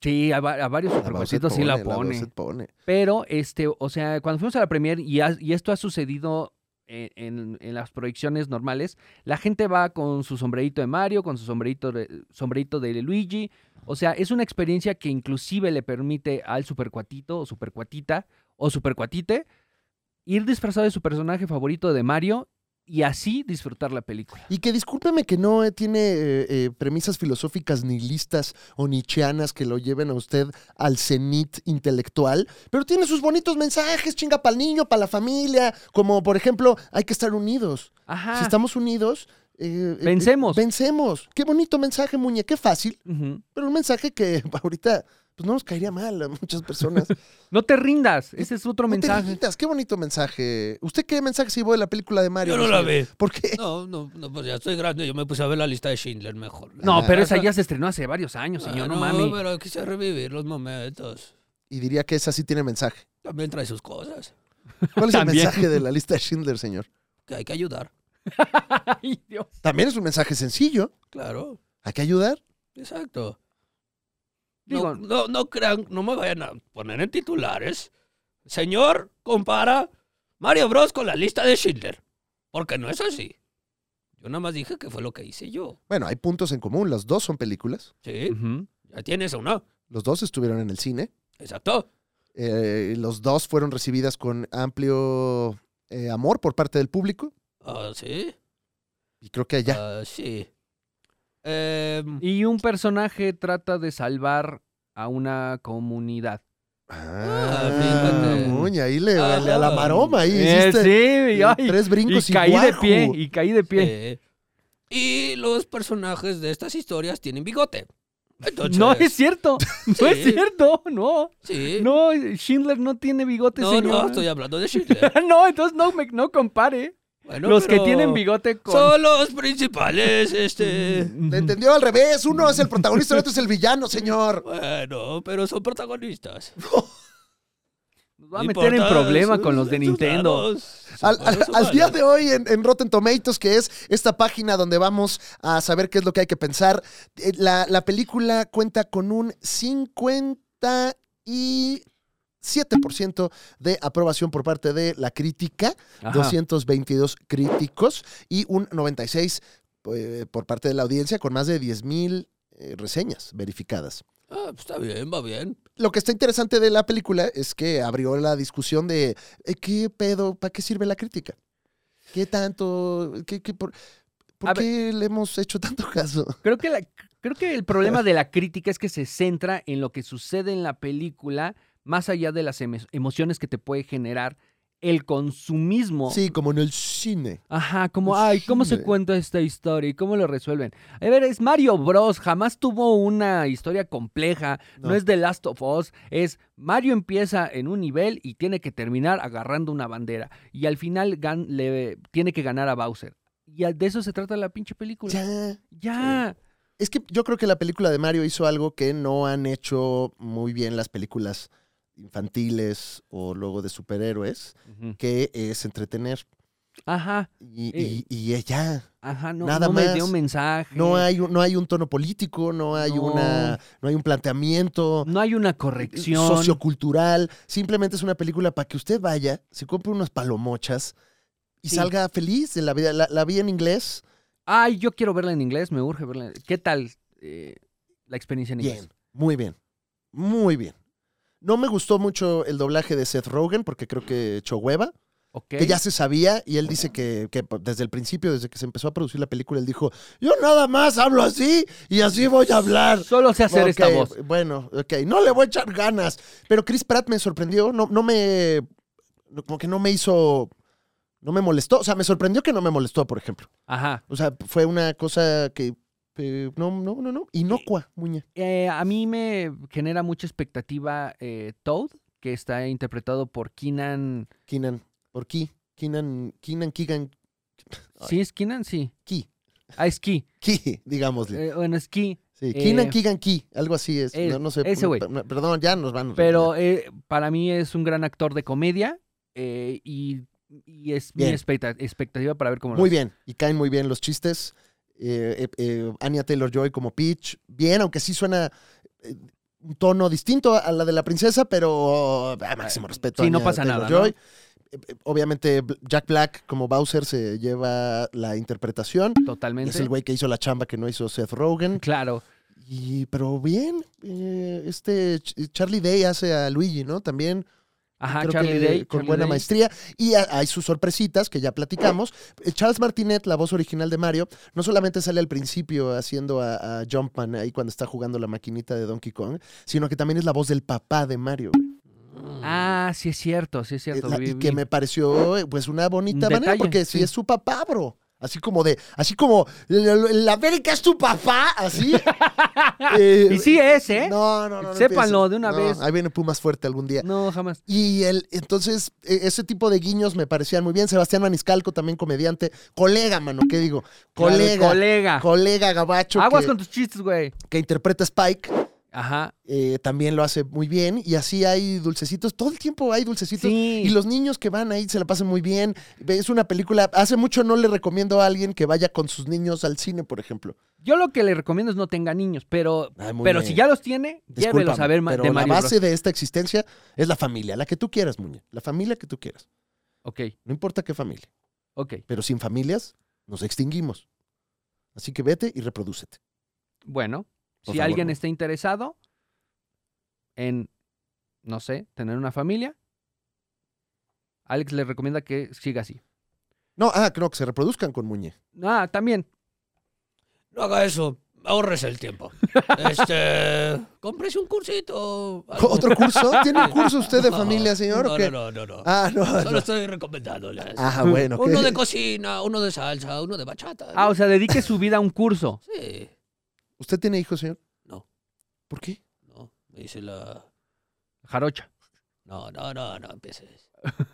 S2: Sí, a, va- a varios
S3: La Bauset
S2: supercuatitos sí la pone.
S3: Bauset pone.
S2: Pero, este, o sea, cuando fuimos a la premier y, ha- y esto ha sucedido en, en- en las proyecciones normales, la gente va con su sombrerito de Mario, con su sombrerito de, sombrerito de Luigi. O sea, es una experiencia que inclusive le permite al supercuatito o supercuatita o supercuatite ir disfrazado de su personaje favorito de Mario y así disfrutar la película.
S3: Y que discúlpeme que no eh, tiene eh, eh, premisas filosóficas nihilistas o nichianas que lo lleven a usted al cenit intelectual, pero tiene sus bonitos mensajes, chinga para el niño, para la familia, como por ejemplo, hay que estar unidos.
S2: Ajá.
S1: Ah.
S3: Si estamos unidos, eh, eh,
S2: Vencemos.
S3: eh, vencemos. Qué bonito mensaje, Muñe, qué fácil,
S2: Ujú.
S3: pero un mensaje que ahorita pues no nos caería mal a muchas personas.
S2: No te rindas, ese es otro
S3: No te
S2: mensaje.
S3: rindas, qué bonito mensaje. ¿Usted qué mensaje se llevó de la película de Mario?
S1: Yo no la
S3: sé.
S1: vi.
S3: ¿Por qué?
S1: No, no, no, pues ya estoy grande. Yo me puse a ver la lista de Schindler mejor.
S2: No,
S3: Ah.
S2: pero esa ya se estrenó hace varios años,
S1: Ah,
S2: señor, no, mames.
S1: pero quise revivir los momentos.
S3: Y diría que esa sí tiene mensaje.
S1: También trae sus cosas
S3: ¿Cuál es el
S2: También.
S3: mensaje de la lista de Schindler, señor?
S1: que hay que ayudar.
S2: Ay, Dios.
S3: También es un mensaje sencillo.
S1: Claro,
S3: Hay que ayudar.
S1: exacto.
S2: Digo-
S1: No, no, no crean, no me vayan a poner en titulares. Señor, compara Mario Bros con la lista de Schindler. Porque no es así. Yo nada más dije que fue lo que hice yo.
S3: Bueno, hay puntos en común. Las dos son películas.
S1: Sí,
S2: Ujú.
S1: ya tienes una.
S3: Los dos estuvieron en el cine.
S1: Exacto.
S3: Eh, los dos fueron recibidas con amplio eh, amor por parte del público.
S1: Ah, sí.
S3: Y creo que allá.
S1: Ah, sí. Em,
S2: Y un personaje trata de salvar a una comunidad.
S1: Ah, fíjate.
S3: muña, ahí le,
S1: Ajá.
S3: le- a la maroma. Ahí
S2: Eh,
S3: hiciste
S2: sí, y, ay,
S3: tres
S2: y
S3: brincos y,
S2: caí de
S3: guaju.
S2: pie, y caí de pie.
S1: sí. eh, Y los personajes de estas historias tienen bigote. Entonces,
S2: no es cierto, no es
S1: Sí.
S2: cierto, no,
S1: Sí. No,
S2: no, Schindler no tiene bigote,
S1: no,
S2: señor.
S1: estoy hablando de Schindler.
S2: no, entonces no me no compare.
S1: Bueno,
S2: los
S1: pero
S2: que tienen bigote con...
S1: Son los principales, este.
S3: Le entendió al revés. Uno es el protagonista, el otro es el villano, señor.
S1: Bueno, pero son protagonistas.
S2: Nos va a meter en problema con los de Nintendo.
S3: Al, al- al día de hoy en, en Rotten Tomatoes, que es esta página donde vamos a saber qué es lo que hay que pensar, eh, la, la película cuenta con un 57% de aprobación por parte de la crítica,
S2: Ajá.
S3: 222 críticos y un 96 eh, por parte de la audiencia con más de 10.000 mil eh, reseñas verificadas.
S1: Ah, pues está bien, va bien.
S3: Lo que está interesante de la película es que abrió la discusión de eh, qué pedo, ¿para qué sirve la crítica? ¿Qué tanto? ¿Qué, qué por, por
S2: A
S3: qué le hemos hecho tanto caso?
S2: Creo que, la- creo que el problema de la crítica es que se centra en lo que sucede en la película, más allá de las emo- emociones que te puede generar el consumismo.
S3: Sí, como en el cine.
S2: Ajá, como, ay, ¿cómo se
S3: Híjole.
S2: cuenta esta historia y cómo lo resuelven? A ver, es Mario Bros. Jamás tuvo una historia compleja. No,
S3: No.
S2: es The Last of Us. Es Mario empieza en un nivel y tiene que terminar agarrando una bandera. Y al final gan- le tiene que ganar a Bowser. Y a- de eso se trata la pinche película. Ya.
S3: Ya. Es que yo creo que la película de Mario hizo algo que no han hecho muy bien las películas infantiles o luego de superhéroes,
S2: Ujú.
S3: que es entretener.
S2: Ajá,
S3: Y,
S2: Eh.
S3: y, y ya.
S2: ajá, no,
S3: Nada
S2: no me dio
S3: más.
S2: mensaje.
S3: No hay, un- no hay un tono político, no hay
S2: No.
S3: una, no hay un planteamiento.
S2: no hay una corrección.
S3: sociocultural. Simplemente es una película para que usted vaya, se compre unas palomochas y
S2: Sí.
S3: salga feliz de la vida. La, la vi en inglés.
S2: Ay, yo quiero verla en inglés, me urge verla. ¿Qué tal eh, la experiencia en inglés?
S3: Bien, muy bien, muy bien. No me gustó mucho el doblaje de Seth Rogen porque creo que echó hueva,
S2: Ok.
S3: que ya se sabía y él dice que, que desde el principio, desde que se empezó a producir la película, él dijo, yo nada más hablo así y así voy a hablar.
S2: Solo sé hacer esta
S3: Ok,
S2: voz.
S3: Bueno, ok, no le voy a echar ganas. Pero Chris Pratt me sorprendió, no, no me. no- Como que no me hizo. No me molestó. O sea, me sorprendió que no me molestó, por ejemplo.
S2: Ajá.
S3: O sea, fue una cosa que. eh, no, no, no, no. Inocua, muñe.
S2: Eh, a mí me genera mucha expectativa eh, Toad, que está interpretado por Keenan.
S3: Keenan. Por Ki. Keenan. Keenan, Keegan. Ay.
S2: ¿Sí es Keenan? Sí.
S3: Ki.
S2: Ah, es Ki.
S3: Ki, digámosle.
S2: Eh, bueno, es Ki.
S3: Sí, Keenan,
S2: eh,
S3: Keegan, Ki. Algo así es.
S2: eh,
S3: no, no sé.
S2: ese güey.
S3: per- Perdón, ya nos van.
S2: Pero eh, para mí es un gran actor de comedia eh, y, y es
S3: Bien.
S2: mi expecta- expectativa para ver cómo lo
S3: Muy
S2: hace.
S3: bien, y caen muy bien los chistes. Eh, eh, eh, Anya Taylor Joy como Peach, bien, aunque sí suena eh, un tono distinto a la de la princesa, pero ah, máximo respeto. a
S2: sí, no
S3: Anya
S2: pasa nada, ¿no?
S3: Taylor-Joy. Eh, eh, Obviamente, Bl- Jack Black como Bowser se lleva la interpretación.
S2: Totalmente.
S3: Es el güey que hizo la chamba que no hizo Seth Rogen.
S2: Claro.
S3: Y, pero bien, eh, este Ch- Charlie Day hace a Luigi, ¿no? También
S2: Ajá,
S3: creo
S2: Ah, Charlie
S3: que
S2: Day.
S3: con
S2: Charlie
S3: buena
S2: Day.
S3: maestría. Y a- hay sus sorpresitas que ya platicamos. Eh, Charles Martinet, la voz original de Mario, no solamente sale al principio haciendo a, a Jumpman ahí cuando está jugando la maquinita de Donkey Kong, sino que también es la voz del papá de Mario. güey.
S2: Ah, sí es cierto, sí es cierto.
S3: Eh, la-
S2: vi-
S3: y
S2: vi.
S3: que me pareció eh, pues una bonita
S2: Un
S3: manera,
S2: detalle,
S3: porque si
S2: sí.
S3: es su papá, bro. Así como de, así como, "La- la la América es tu papá, así. Eh,
S2: Y sí es, ¿eh?
S3: No, no, no. no
S2: Sépanlo
S3: empieces.
S2: de una
S3: No,
S2: vez.
S3: Ahí viene Pumas fuerte algún día.
S2: No, jamás.
S3: Y el, entonces, e- ese tipo de guiños me parecían muy bien. Sebastián Maniscalco, también comediante. Colega, mano, ¿qué digo?
S2: Claro,
S3: Colega.
S2: colega.
S3: colega gabacho
S2: Aguas
S3: que,
S2: con tus chistes, güey.
S3: que interpreta a Spike.
S2: Ajá.
S3: eh, también lo hace muy bien. Y así hay dulcecitos. Todo el tiempo hay dulcecitos.
S2: Sí.
S3: Y los niños que van ahí se la pasan muy bien. Es una película. Hace mucho no le recomiendo a alguien que vaya con sus niños al cine, por ejemplo.
S2: Yo lo que le recomiendo es no tenga niños, pero,
S3: Ay, muy
S2: pero
S3: bien.
S2: si ya los tiene, llévelos a
S3: Discúlpame,
S2: ver ma-
S3: pero
S2: de
S3: la
S2: Mario
S3: base
S2: Bros.
S3: de esta existencia es la familia, la que tú quieras, Muñe. La familia que tú quieras.
S2: Ok,
S3: No importa qué familia.
S2: ok.
S3: pero sin familias nos extinguimos. Así que vete y reprodúcete.
S2: Bueno,
S3: Por
S2: si
S3: favor,
S2: alguien
S3: no.
S2: está interesado en, no sé, tener una familia, Alex le recomienda que siga así.
S3: No, ah, no, que se reproduzcan con Muñe.
S2: Ah, también.
S1: No haga eso. Ahorres el tiempo. Este. Cómprese un cursito. algo.
S3: ¿Otro curso? ¿Tiene un curso usted de familia, señor?
S1: No,
S3: o qué?
S1: no, no, no. no.
S3: Ah, no.
S1: Solo
S3: no.
S1: estoy recomendándoles.
S3: Ah, bueno.
S1: Uno
S3: ok.
S1: de cocina, uno de salsa, uno de bachata.
S2: Ah, o sea, dedique su vida a un curso.
S1: Sí.
S3: ¿Usted tiene hijos, señor?
S1: No.
S3: ¿Por qué?
S1: No, me dice la.
S2: Jarocha.
S1: No, no, no, no empieces. No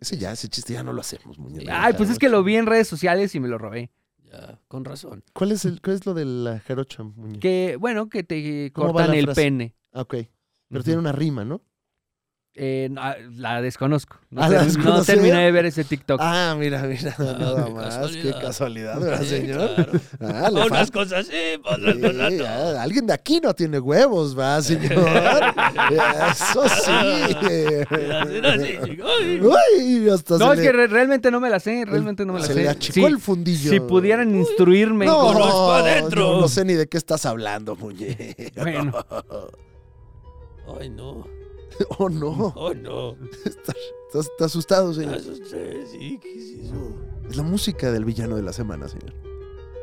S5: Ese ya, ese chiste ya no lo hacemos, muñeca.
S2: Ay, pues es que lo vi en redes sociales y me lo robé.
S1: Ya, con razón.
S3: ¿Cuál es, el, cuál es lo de la jarocha, muñeca?
S2: Que, bueno, que te
S3: ¿Cómo va
S2: cortan
S3: la
S2: el
S3: frase?
S2: pene.
S3: Ah, ok. Pero tiene una rima, ¿no?
S2: Eh, no, ah, la desconozco. No,
S3: Ah,
S2: sé-
S3: ¿la
S2: no
S3: desconoces?
S2: terminé de ver ese TikTok.
S3: Ah, mira, mira, nada
S1: qué
S3: más. Qué
S1: casualidad.
S3: casualidad, ¿verdad,
S1: Sí,
S3: señor?
S1: claro.
S3: Ah, le
S1: Pa' unas
S3: falta-
S1: cosas sí, pues, pa' otras cosas
S3: Sí,
S1: no.
S3: ah, alguien de aquí no tiene huevos, va, señor. Eso
S1: Así, no, sí,
S3: sí.
S1: chico. Ay,
S3: Uy, hasta
S2: no,
S3: se
S2: es
S3: le-
S2: que re- realmente no me la sé, realmente no me la
S3: se
S2: sé.
S3: le achicó
S2: Sí,
S3: el fundillo.
S2: Si pudieran instruirme.
S3: no,
S1: con los pa' adentro.
S3: no, no sé ni de qué estás hablando, muñe.
S2: Bueno,
S1: Ay, no.
S3: Oh, no.
S1: Oh, no.
S3: Estás, estás- estás asustado,
S1: Me
S3: señor.
S1: asusté, sí, ¿qué es eso?
S3: Es la música del villano de la semana, señor.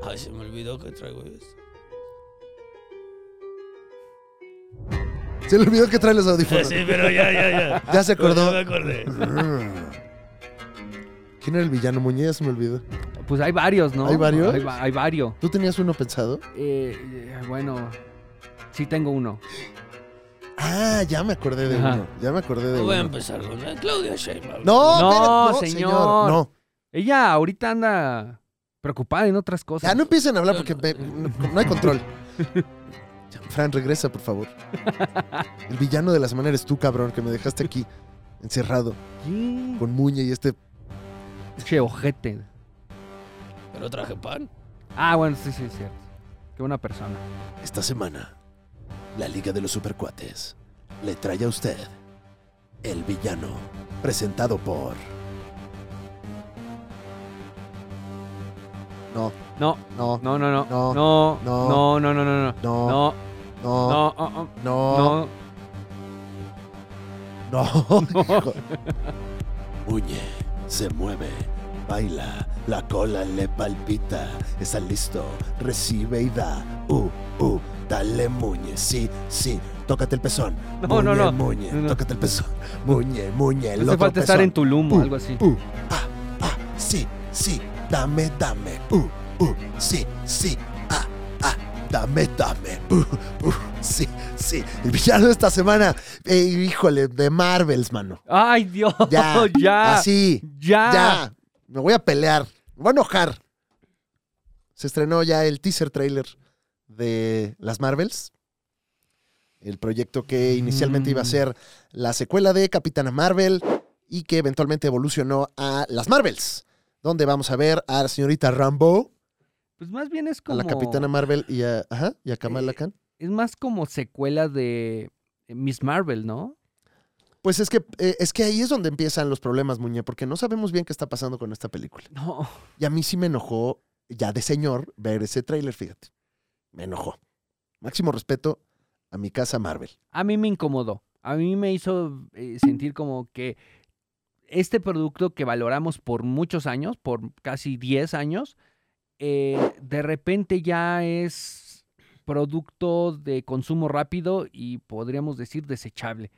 S1: Ay, se me olvidó que traigo eso.
S3: Se le olvidó que trae los audífonos.
S1: Sí, pero ya, ya, ya.
S3: Ya se
S1: Ya
S3: acordó.
S1: me acordé.
S3: Mm. ¿Quién era el villano, muñe? Ya se me olvidó.
S2: pues hay varios, ¿no?
S3: ¿Hay varios?
S2: Hay, va- hay varios.
S3: ¿Tú tenías uno pensado?
S2: Eh, eh, bueno, sí tengo uno.
S3: Ah, ya me acordé de
S2: Ajá.
S3: uno. Ya me acordé de
S1: No voy a
S3: uno.
S1: empezar con la Claudia Sheinbaum.
S3: No,
S2: No,
S3: espérate, no,
S2: señor.
S3: señor. No,
S2: Ella ahorita anda preocupada en otras cosas.
S3: ya no empiecen a hablar
S1: No,
S3: porque
S1: no.
S3: me- no, no hay control. Fran, regresa, por favor. El villano de la semana eres tú, cabrón, que me dejaste aquí, encerrado,
S2: ¿Qué?
S3: con Muñe y este.
S2: Che, ojete.
S1: Pero traje pan.
S2: Ah, bueno, sí, sí, es cierto. Qué buena persona.
S5: Esta semana, la Liga de los Supercuates le trae a usted El Villano, presentado por...
S3: No,
S2: No,
S3: no,
S2: no, no, no.
S3: No,
S2: No, no, no, no,
S3: no,
S2: no, no.
S3: no, no,
S2: No,
S3: no,
S2: no, oh, oh,
S3: no,
S2: no.
S3: hijo.
S5: Muñe, se mueve, baila, la cola le palpita, está listo, recibe y da. Uh, uh, dale Muñe, sí, sí, tócate el pezón.
S2: No,
S5: Muñe,
S2: no, no.
S5: Muñe,
S2: No, no.
S5: tócate el pezón. Muñe, Muñe, el
S2: Hace
S5: otro
S2: falta estar
S5: pezón.
S2: en Tulum o
S5: Uh,
S2: algo así.
S5: Uh, ah, ah, sí, sí, dame, dame. Uh, uh, sí, sí, ah, ah, dame, dame. Uh, uh, sí, sí.
S3: El villano de esta semana, eh, híjole, de Marvels, mano.
S2: Ay, Dios, ya.
S3: Ya,
S2: Ya.
S3: Así,
S2: Ah.
S3: ya. Me voy a pelear. Me voy a enojar. Se estrenó ya el teaser trailer de las Marvels. El proyecto que inicialmente
S2: Mm.
S3: iba a ser la secuela de Capitana Marvel y que eventualmente evolucionó a las Marvels, donde vamos a ver a la señorita Rambo,
S2: Pues más bien es
S3: a
S2: como.
S3: la Capitana Marvel y a, ajá, y a Kamala
S2: Eh,
S3: Khan.
S2: Es más como secuela de Miss Marvel, ¿no?
S3: Pues es que, eh, es que ahí es donde empiezan los problemas, Muñe, porque no sabemos bien qué está pasando con esta película.
S2: No.
S3: Y a mí sí me enojó, ya de señor, ver ese tráiler, fíjate. Me enojó. Máximo respeto a mi casa Marvel.
S2: A mí me incomodó. A mí me hizo eh, sentir como que este producto que valoramos por muchos años, por casi 10 años, eh, de repente ya es producto de consumo rápido y podríamos decir desechable.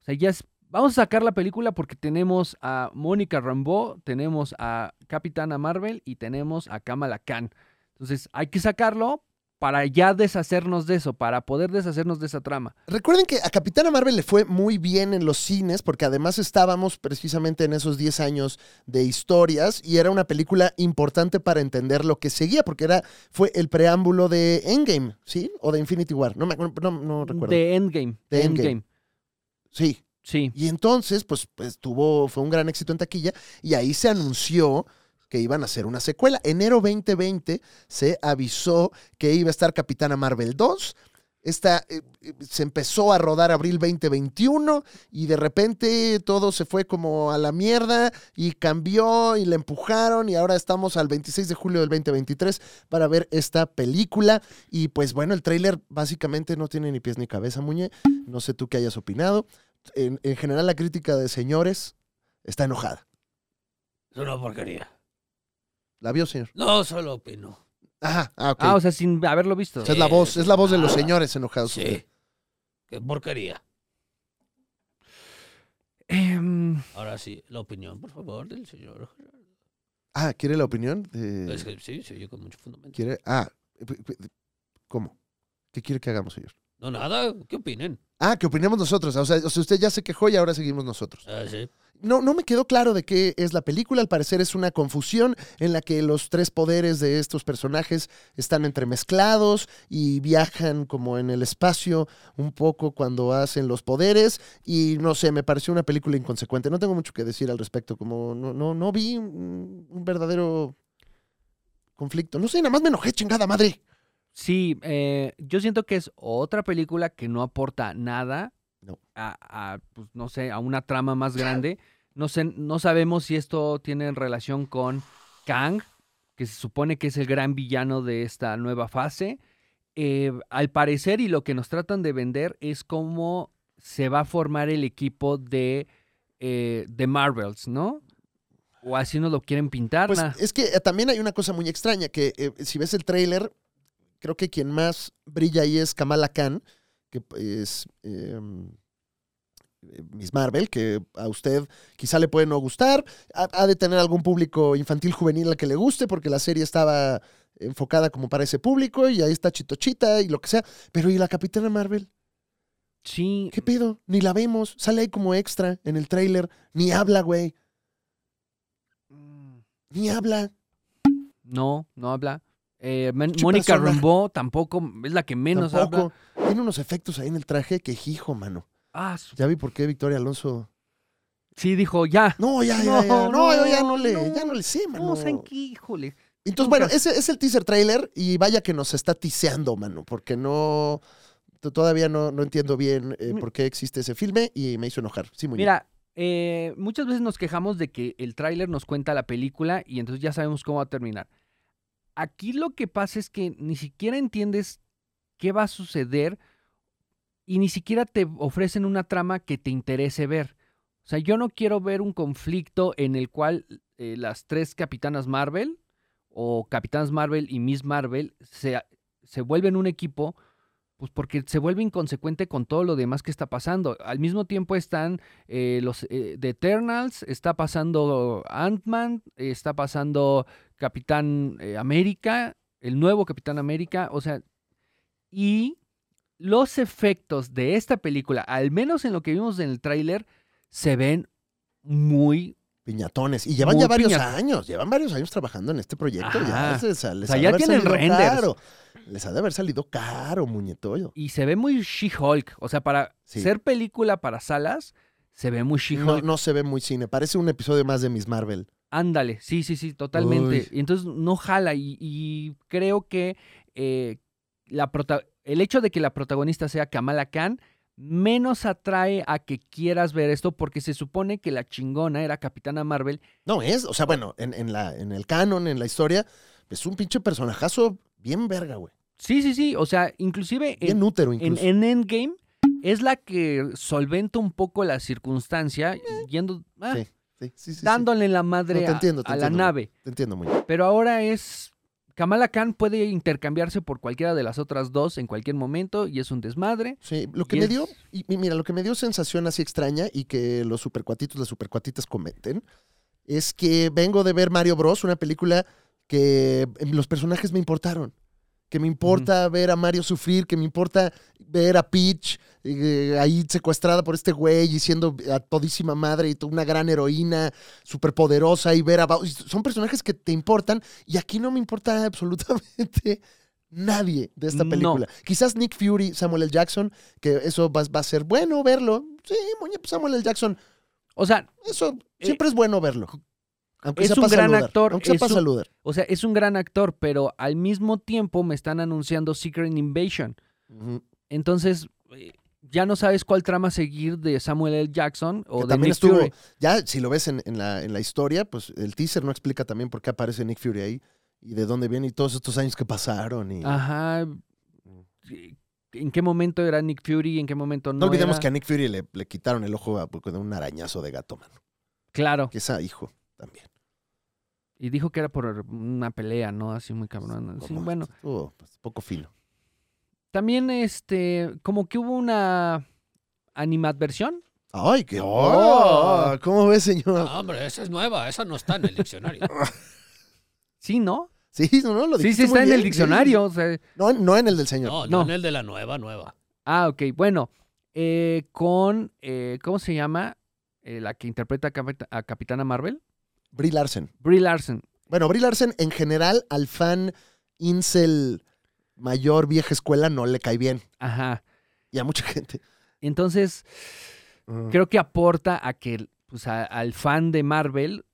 S2: O sea, ya es- Vamos a sacar la película porque tenemos a Mónica Rambeau, tenemos a Capitana Marvel y tenemos a Kamala Khan. Entonces, hay que sacarlo para ya deshacernos de eso, para poder deshacernos de esa trama.
S3: Recuerden que a Capitana Marvel le fue muy bien en los cines, porque además estábamos precisamente en esos 10 años de historias y era una película importante para entender lo que seguía, porque era, fue el preámbulo de Endgame, ¿sí? O de Infinity War. No, me, acuerdo- no, no recuerdo.
S2: De Endgame.
S3: De
S2: de
S3: Endgame.
S2: Endgame.
S3: Sí.
S2: Sí.
S3: Y entonces, pues, pues, tuvo, fue un gran éxito en taquilla y ahí se anunció que iban a hacer una secuela. Enero 2020 se avisó que iba a estar Capitana Marvel 2. Esta eh, eh, se empezó a rodar abril 2021 y de repente todo se fue como a la mierda y cambió y la empujaron y ahora estamos al 26 de julio del 2023 para ver esta película y pues bueno, el tráiler básicamente no tiene ni pies ni cabeza, Muñe. No sé tú qué hayas opinado. En, en general la crítica de señores está enojada.
S1: Es una porquería.
S3: ¿La vio, señor?
S1: No, solo opino.
S3: Ajá, ah, ok.
S2: Ah, o sea, sin haberlo visto.
S3: O sea, es la voz, es la voz de los señores enojados.
S1: Ah, Sí. Qué porquería.
S2: Em,
S1: Ahora sí, la opinión, por favor, del señor.
S3: Ah, ¿quiere la opinión? Eh,
S1: Es que sí, se oye con mucho fundamento.
S3: ¿Quiere? Ah, p- p- ¿cómo? ¿Qué quiere que hagamos, señor?
S1: No, nada, ¿qué opinen?
S3: Ah, que opinemos nosotros. O sea, o sea, usted ya se quejó y ahora seguimos nosotros.
S1: Ah, sí.
S3: No, no me quedó claro de qué es la película. Al parecer es una confusión en la que los tres poderes de estos personajes están entremezclados y viajan como en el espacio un poco cuando hacen los poderes. Y no sé, me pareció una película inconsecuente. No tengo mucho que decir al respecto. Como no, no, no vi un, un verdadero conflicto. No sé, nada más me enojé, chingada madre.
S2: Sí, eh, yo siento que es otra película que no aporta nada
S3: No.
S2: a, a, pues, no sé, a una trama más grande. No, sé, no sabemos si esto tiene relación con Kang, que se supone que es el gran villano de esta nueva fase. Eh, al parecer, y lo que nos tratan de vender es cómo se va a formar el equipo de, eh, de Marvels, ¿no? O así nos lo quieren pintar.
S3: Pues
S2: na-
S3: es que eh, también hay una cosa muy extraña, que eh, si ves el tráiler, creo que quien más brilla ahí es Kamala Khan, que es eh, Miss Marvel, que a usted quizá le puede no gustar, ha, ha de tener algún público infantil juvenil al que le guste, porque la serie estaba enfocada como para ese público, y ahí está Chitochita y lo que sea, pero ¿y la Capitana Marvel?
S2: sí,
S3: ¿Qué pedo? Ni la vemos, sale ahí como extra en el tráiler, ni habla, güey,
S2: mm,
S3: ni habla.
S2: no, no habla. Eh, men-
S3: Pinche
S2: Mónica
S3: persona.
S2: Rambeau tampoco es la que menos habla.
S3: Tampoco. Tiene unos efectos ahí en el traje que hijo, mano.
S2: Ah, su-
S3: Ya vi por qué Victoria Alonso.
S2: sí, dijo, ya.
S3: No, ya, ya, ya. No,
S2: No,
S3: yo ya no le,
S2: no.
S3: ya no le sé, mano.
S2: No, Sanki, híjole.
S3: Entonces, bueno, ese es el teaser trailer y vaya que nos está tiseando, mano, porque no. t- Todavía no, no entiendo bien eh,
S2: Mi-
S3: por qué existe ese filme y me hizo enojar. Sí, muy
S2: Mira, eh, muchas veces nos quejamos de que el tráiler nos cuenta la película y entonces ya sabemos cómo va a terminar. Aquí lo que pasa es que ni siquiera entiendes qué va a suceder y ni siquiera te ofrecen una trama que te interese ver. O sea, yo no quiero ver un conflicto en el cual eh, las tres capitanas Marvel o capitanas Marvel y Miss Marvel se, se vuelven un equipo, pues porque se vuelve inconsecuente con todo lo demás que está pasando. Al mismo tiempo están eh, los eh, The Eternals, está pasando Ant-Man, eh, está pasando Capitán eh, América, el nuevo Capitán América, o sea, y los efectos de esta película, al menos en lo que vimos en el tráiler, se ven muy...
S3: Piñatones. Y llevan
S2: Muy
S3: ya varios
S2: piñat-
S3: años. Llevan varios años trabajando en este proyecto.
S2: Ajá.
S3: Ya se- se- les
S2: sea,
S3: ha de
S2: ya
S3: haber
S2: tienen
S3: salido
S2: renders.
S3: caro. Les ha de haber salido caro, muñetoyo.
S2: Y se ve muy She-Hulk, o sea, para
S3: Sí.
S2: ser película para salas, se ve muy She-Hulk.
S3: No, no se ve muy cine. Parece un episodio más de Miss Marvel.
S2: Ándale, sí, sí, sí, totalmente.
S3: Uy.
S2: Y entonces no jala y, y creo que eh, la prota- el hecho de que la protagonista sea Kamala Khan menos atrae a que quieras ver esto porque se supone que la chingona era Capitana Marvel.
S3: No es, o sea, bueno, en, en la, en el canon, en la historia, es un pinche personajazo bien verga, güey.
S2: Sí, sí, sí, o sea, inclusive en,
S3: Bien útero
S2: en,
S3: incluso.
S2: en Endgame es la que solventa un poco la circunstancia yendo, ah,
S3: Eh. Sí, sí, sí, sí, sí.
S2: dándole la madre
S3: No, te
S2: a-
S3: entiendo, te
S2: a la
S3: entiendo, güey.
S2: nave.
S3: Te entiendo muy bien.
S2: Pero ahora es. Kamala Khan puede intercambiarse por cualquiera de las otras dos en cualquier momento y es un desmadre.
S3: Sí, lo que
S2: Y
S3: me
S2: es-
S3: dio, y y mira, lo que me dio sensación así extraña y que los supercuatitos, las supercuatitas cometen, es que vengo de ver Mario Bros, una película que eh, los personajes me importaron. Que me importa ver a Mario sufrir, que me importa ver a Peach eh, ahí secuestrada por este güey y siendo a todísima madre y to- una gran heroína superpoderosa y ver a Bowser. Son personajes que te importan y aquí no me importa absolutamente nadie de esta
S2: No.
S3: película. Quizás Nick Fury, Samuel L. Jackson, que eso va, va a ser bueno verlo. Sí, muñe- Samuel L. Jackson,
S2: O sea,
S3: eso siempre es bueno verlo.
S2: Eh,
S3: Aunque
S2: es
S3: sea
S2: un
S3: para
S2: gran
S3: saludar,
S2: actor,
S3: Aunque sea
S2: es
S3: para
S2: un-
S3: saludar.
S2: o sea, es un gran actor, pero al mismo tiempo me están anunciando Secret Invasion.
S3: Ujú.
S2: Entonces, eh, ya no sabes cuál trama seguir de Samuel L. Jackson o
S3: Que
S2: de
S3: también
S2: Nick
S3: estuvo,
S2: Fury.
S3: ya si lo ves en, en la, en la historia, pues el teaser no explica también por qué aparece Nick Fury ahí y de dónde viene y todos estos años que pasaron. Y...
S2: Ah, Ajá. Eh, ¿En qué momento era Nick Fury y en qué momento no?
S3: no, olvidemos
S2: era?
S3: que a Nick Fury le, le quitaron el ojo a- de un arañazo de gato, mano.
S2: Claro.
S3: Que esa hijo también.
S2: Y dijo que era por una pelea, ¿no? Así muy cabrón. Sí,
S3: Como-
S2: bueno.
S3: estuvo, pues, poco fino.
S2: También, este, como que hubo una animadversión.
S3: ¡Ay, qué!
S2: Oh.
S3: oh, ¿Cómo ves, señor?
S1: Ah, hombre, esa es nueva, esa no está en el diccionario.
S2: Sí, ¿no?
S3: Sí, no, no, lo
S2: Sí, sí,
S3: dijiste muy
S2: está en
S3: bien,
S2: el
S3: sí.
S2: diccionario. o sea,
S3: No, no en el del señor.
S1: No, no,
S2: No.
S1: en el de la nueva, nueva.
S2: ah, ok, bueno. eh, con, eh, ¿cómo se llama? eh, la que interpreta a, Capit- a Capitana Marvel,
S3: Brie Larson.
S2: Brie Larson.
S3: Bueno, Brie Larson en general al fan incel mayor vieja escuela no le cae bien.
S2: Ajá.
S3: Y a mucha gente.
S2: Entonces, creo que aporta a que pues, a- al fan de Marvel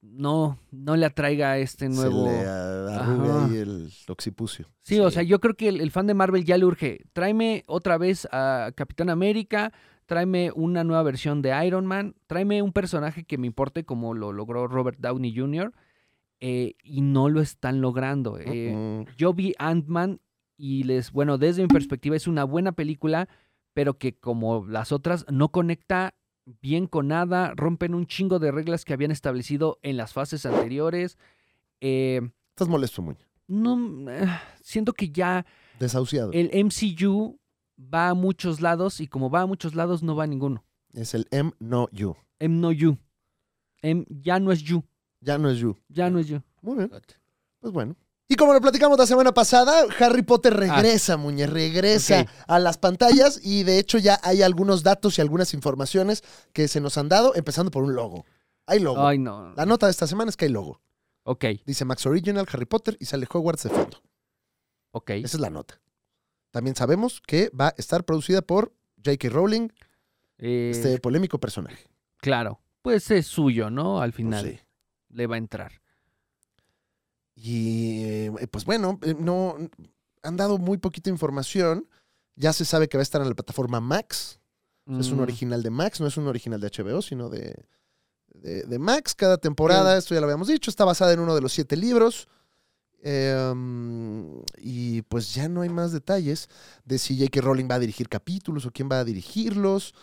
S2: no, no le atraiga este nuevo.
S3: Se le a- arruga
S2: Ajá.
S3: ahí el occipucio.
S2: Sí, o sea, yo creo que el, el fan de Marvel ya le urge. Tráeme otra vez a Capitán América, tráeme una nueva versión de Iron Man, tráeme un personaje que me importe como lo logró Robert Downey Jr. eh, y no lo están logrando. eh.
S3: Mm,
S2: Yo vi Ant-Man y les, bueno, desde mi perspectiva es una buena película, pero que como las otras no conecta bien con nada, rompen un chingo de reglas que habían establecido en las fases anteriores. eh,
S3: Estás molesto, Muñoz.
S2: no, eh, siento que ya
S3: Desahuciado.
S2: el MCU va a muchos lados y como va a muchos lados no va a ninguno.
S3: Es el M, no you.
S2: M no you. M ya no es you.
S3: Ya no es you.
S2: Ya no es you.
S3: Muy bien. Pues bueno. Y como lo platicamos la semana pasada, Harry Potter regresa, Muñe, regresa
S2: Ah. Ok.
S3: a las pantallas y de hecho ya hay algunos datos y algunas informaciones que se nos han dado, empezando por un logo. Hay logo.
S2: Ay, no.
S3: La nota de esta semana es que hay logo.
S2: Ok,
S3: Dice Max Original, Harry Potter y sale Hogwarts de fondo.
S2: ok.
S3: Esa es la nota. También sabemos que va a estar producida por J.K. Rowling,
S2: Eh,
S3: este polémico personaje.
S2: Claro. Pues es suyo, ¿no? Al
S3: Pues
S2: final.
S3: sí.
S2: le va a entrar.
S3: Y eh, pues bueno, eh, no han dado muy poquita información. Ya se sabe que va a estar en la plataforma Max. Es un
S2: Mm,
S3: original de Max, no es un original de HBO, sino de, de- de Max. Cada temporada, esto ya lo habíamos dicho, está basada en uno de los siete libros. Eh, mm, y pues ya no hay más detalles de si J.K. Rowling va a dirigir capítulos o quién va a dirigirlos.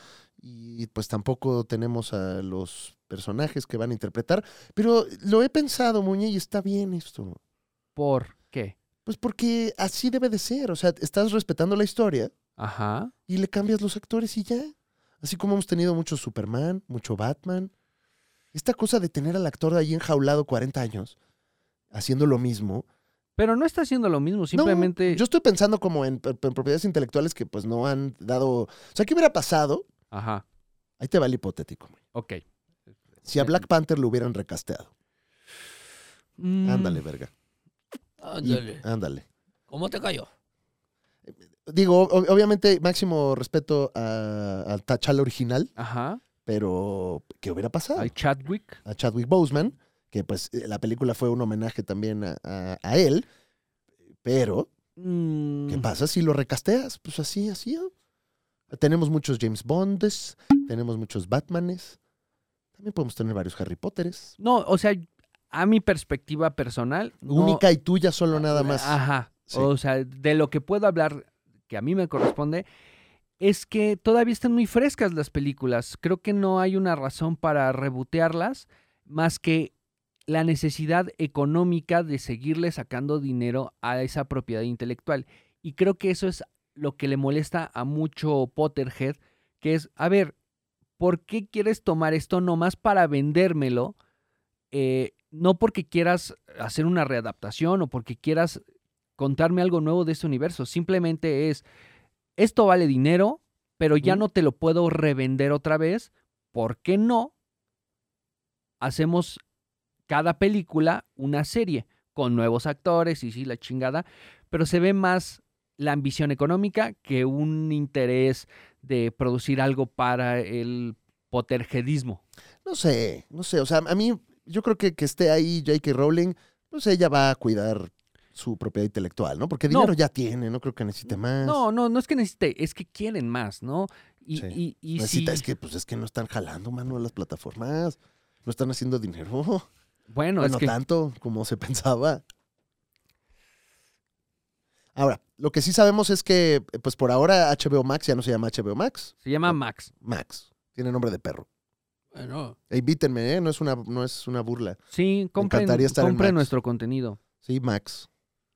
S3: Y pues tampoco tenemos a los personajes que van a interpretar. Pero lo he pensado, Muñe, y está bien esto.
S2: ¿Por qué?
S3: Pues porque así debe de ser. O sea, estás respetando la historia
S2: Ajá.
S3: y le cambias los actores y ya. Así como hemos tenido mucho Superman, mucho Batman. Esta cosa de tener al actor ahí enjaulado 40 años, haciendo lo mismo.
S2: Pero no está haciendo lo mismo,
S3: No,
S2: simplemente.
S3: yo estoy pensando como en, en propiedades intelectuales que pues no han dado... O sea, ¿qué hubiera pasado?
S2: Ajá.
S3: Ahí te va el hipotético. güey.
S2: Ok.
S3: Si a Black Panther lo hubieran recasteado.
S2: Mm,
S3: Ándale, verga. Y-
S1: Ándale.
S3: ándale.
S1: ¿Cómo te cayó?
S3: Digo, ob- obviamente, máximo respeto a, al T'Challa original,
S2: Ajá.
S3: pero ¿qué hubiera pasado?
S2: Al Chadwick.
S3: a Chadwick Boseman, que pues eh, la película fue un homenaje también a, a- a él, pero
S2: Mm,
S3: ¿qué pasa si lo recasteas? Pues así, así. ¿no? Tenemos muchos James Bondes, tenemos muchos Batmanes, también podemos tener varios Harry Potteres.
S2: No, o sea, a mi perspectiva personal. no- Ah,
S3: Única y tuya solo nada más.
S2: Ajá.
S3: Sí.
S2: O sea, de lo que puedo hablar, que a mí me corresponde, es que todavía están muy frescas las películas. Creo que no hay una razón para rebotearlas más que la necesidad económica de seguirle sacando dinero a esa propiedad intelectual. Y creo que eso es lo que le molesta a mucho Potterhead, que es, a ver, ¿por qué quieres tomar esto nomás para vendérmelo? Eh, no porque quieras hacer una readaptación o porque quieras contarme algo nuevo de este universo. Simplemente es, esto vale dinero, pero ya
S3: Ujú.
S2: no te lo puedo revender otra vez. ¿Por qué no? Hacemos cada película una serie con nuevos actores y sí, la chingada, pero se ve más la ambición económica que un interés de producir algo para el poterjedismo.
S3: No sé, no sé, o sea, a mí yo creo que que esté ahí J.K. Rowling, pues ella va a cuidar su propiedad intelectual, ¿no? Porque
S2: No.
S3: dinero ya tiene, no creo que necesite más.
S2: No, no, no es que necesite, es que quieren más, ¿no? Y,
S3: Sí.
S2: y- y
S3: Necesita-
S2: si-
S3: es que pues es que no están jalando mano a las plataformas. No están haciendo dinero. Pues No
S2: bueno, es que
S3: tanto como se pensaba. Ahora, lo que sí sabemos es que eh, pues por ahora HBO Max ya no se llama HBO Max,
S2: se llama Max.
S3: Max. Tiene nombre de perro.
S1: Bueno,
S3: E Invítenme, ¿eh? no es una no es una burla.
S2: Sí, compren,
S3: encantaría estar en
S2: compren
S3: Max.
S2: nuestro contenido.
S3: Sí, Max.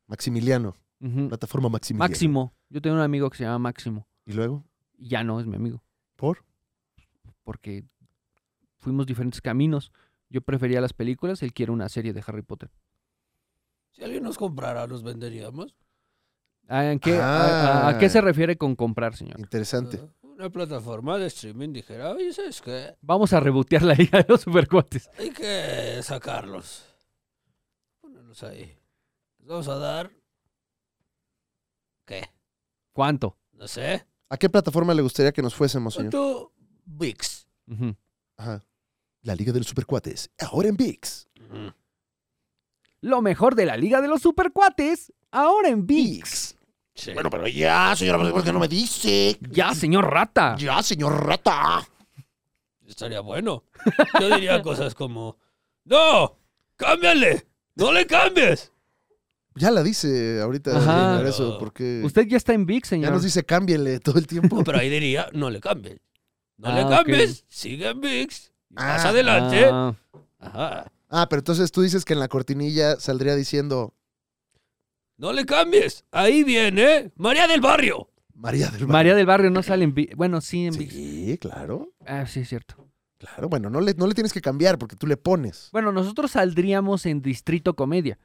S3: Maximiliano,
S2: Ujú.
S3: plataforma Maximiliano.
S2: Máximo. Yo tengo un amigo que se llama Máximo.
S3: Y luego,
S2: Y ya no es mi amigo,
S3: por
S2: porque fuimos diferentes caminos. Yo prefería las películas, él quiere una serie de Harry Potter.
S1: si alguien nos comprara, nos venderíamos.
S3: Ah.
S2: ¿A, en qué, a- a- a qué se refiere con comprar, señor?
S3: interesante.
S1: Ah, una plataforma de streaming dijera, oye, ¿sabes qué?
S2: Vamos a rebotear la liga de los supercuates.
S1: Hay que sacarlos. Ponerlos ahí. Les vamos a dar... ¿Qué?
S2: ¿Cuánto?
S1: No sé.
S3: ¿A qué plataforma le gustaría que nos fuésemos,
S1: Pon
S3: señor?
S1: tú VIX.
S2: Ujú.
S3: Ajá.
S5: La Liga de los Supercuates, ahora en VIX.
S1: Ujú.
S2: Lo mejor de la liga de los supercuates, ahora en VIX.
S5: VIX.
S1: Sí.
S5: Bueno, pero ya, señora, ¿por qué no me dice?
S2: Ya, señor rata.
S5: Ya, señor Rata.
S1: Estaría bueno. Yo diría cosas como, no, cámbiale, no le cambies.
S3: Ya la dice ahorita
S2: Ajá.
S3: señor, eso, porque
S2: Usted ya está en VIX,
S3: ya
S2: señor.
S3: nos dice cámbiele todo el tiempo.
S1: No, pero ahí diría, no le cambies. No le
S2: Ah,
S1: cambies, sigue en VIX, y más
S3: Ah,
S1: adelante.
S2: Ah,
S1: Ajá.
S3: Ah, pero entonces tú dices que en la cortinilla saldría diciendo
S1: No le cambies, ahí viene María del Barrio.
S5: María del Mar.
S2: María del Barrio no sale en VIX. Bueno, sí en VIX.
S5: Sí, claro.
S2: Ah, sí, es cierto.
S5: Claro.
S3: Pero bueno, no le, no le tienes que cambiar porque tú le pones.
S2: Bueno, nosotros saldríamos en Distrito Comedia.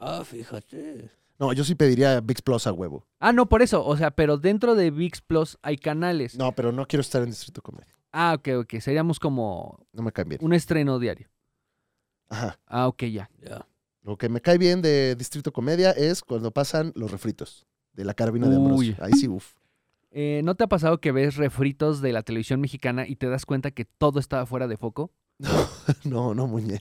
S1: Ah, fíjate.
S3: No, yo sí pediría Big Plus a huevo.
S2: Ah, no, por eso. O sea, pero dentro de VIX Plus hay canales.
S3: No, pero no quiero estar en Distrito Comedia.
S2: Ah, ok, ok. Seríamos como
S3: No me cambien.
S2: un estreno diario.
S3: Ajá.
S2: Ah, ok, ya.
S1: Ya.
S3: Lo que me cae bien de Distrito Comedia es cuando pasan los refritos de la carabina de
S2: Uy.
S3: Ambrosio. Ahí sí, uff.
S2: Eh, ¿No te ha pasado que ves refritos de la televisión mexicana y te das cuenta que todo estaba fuera de foco?
S3: No, no, muñe.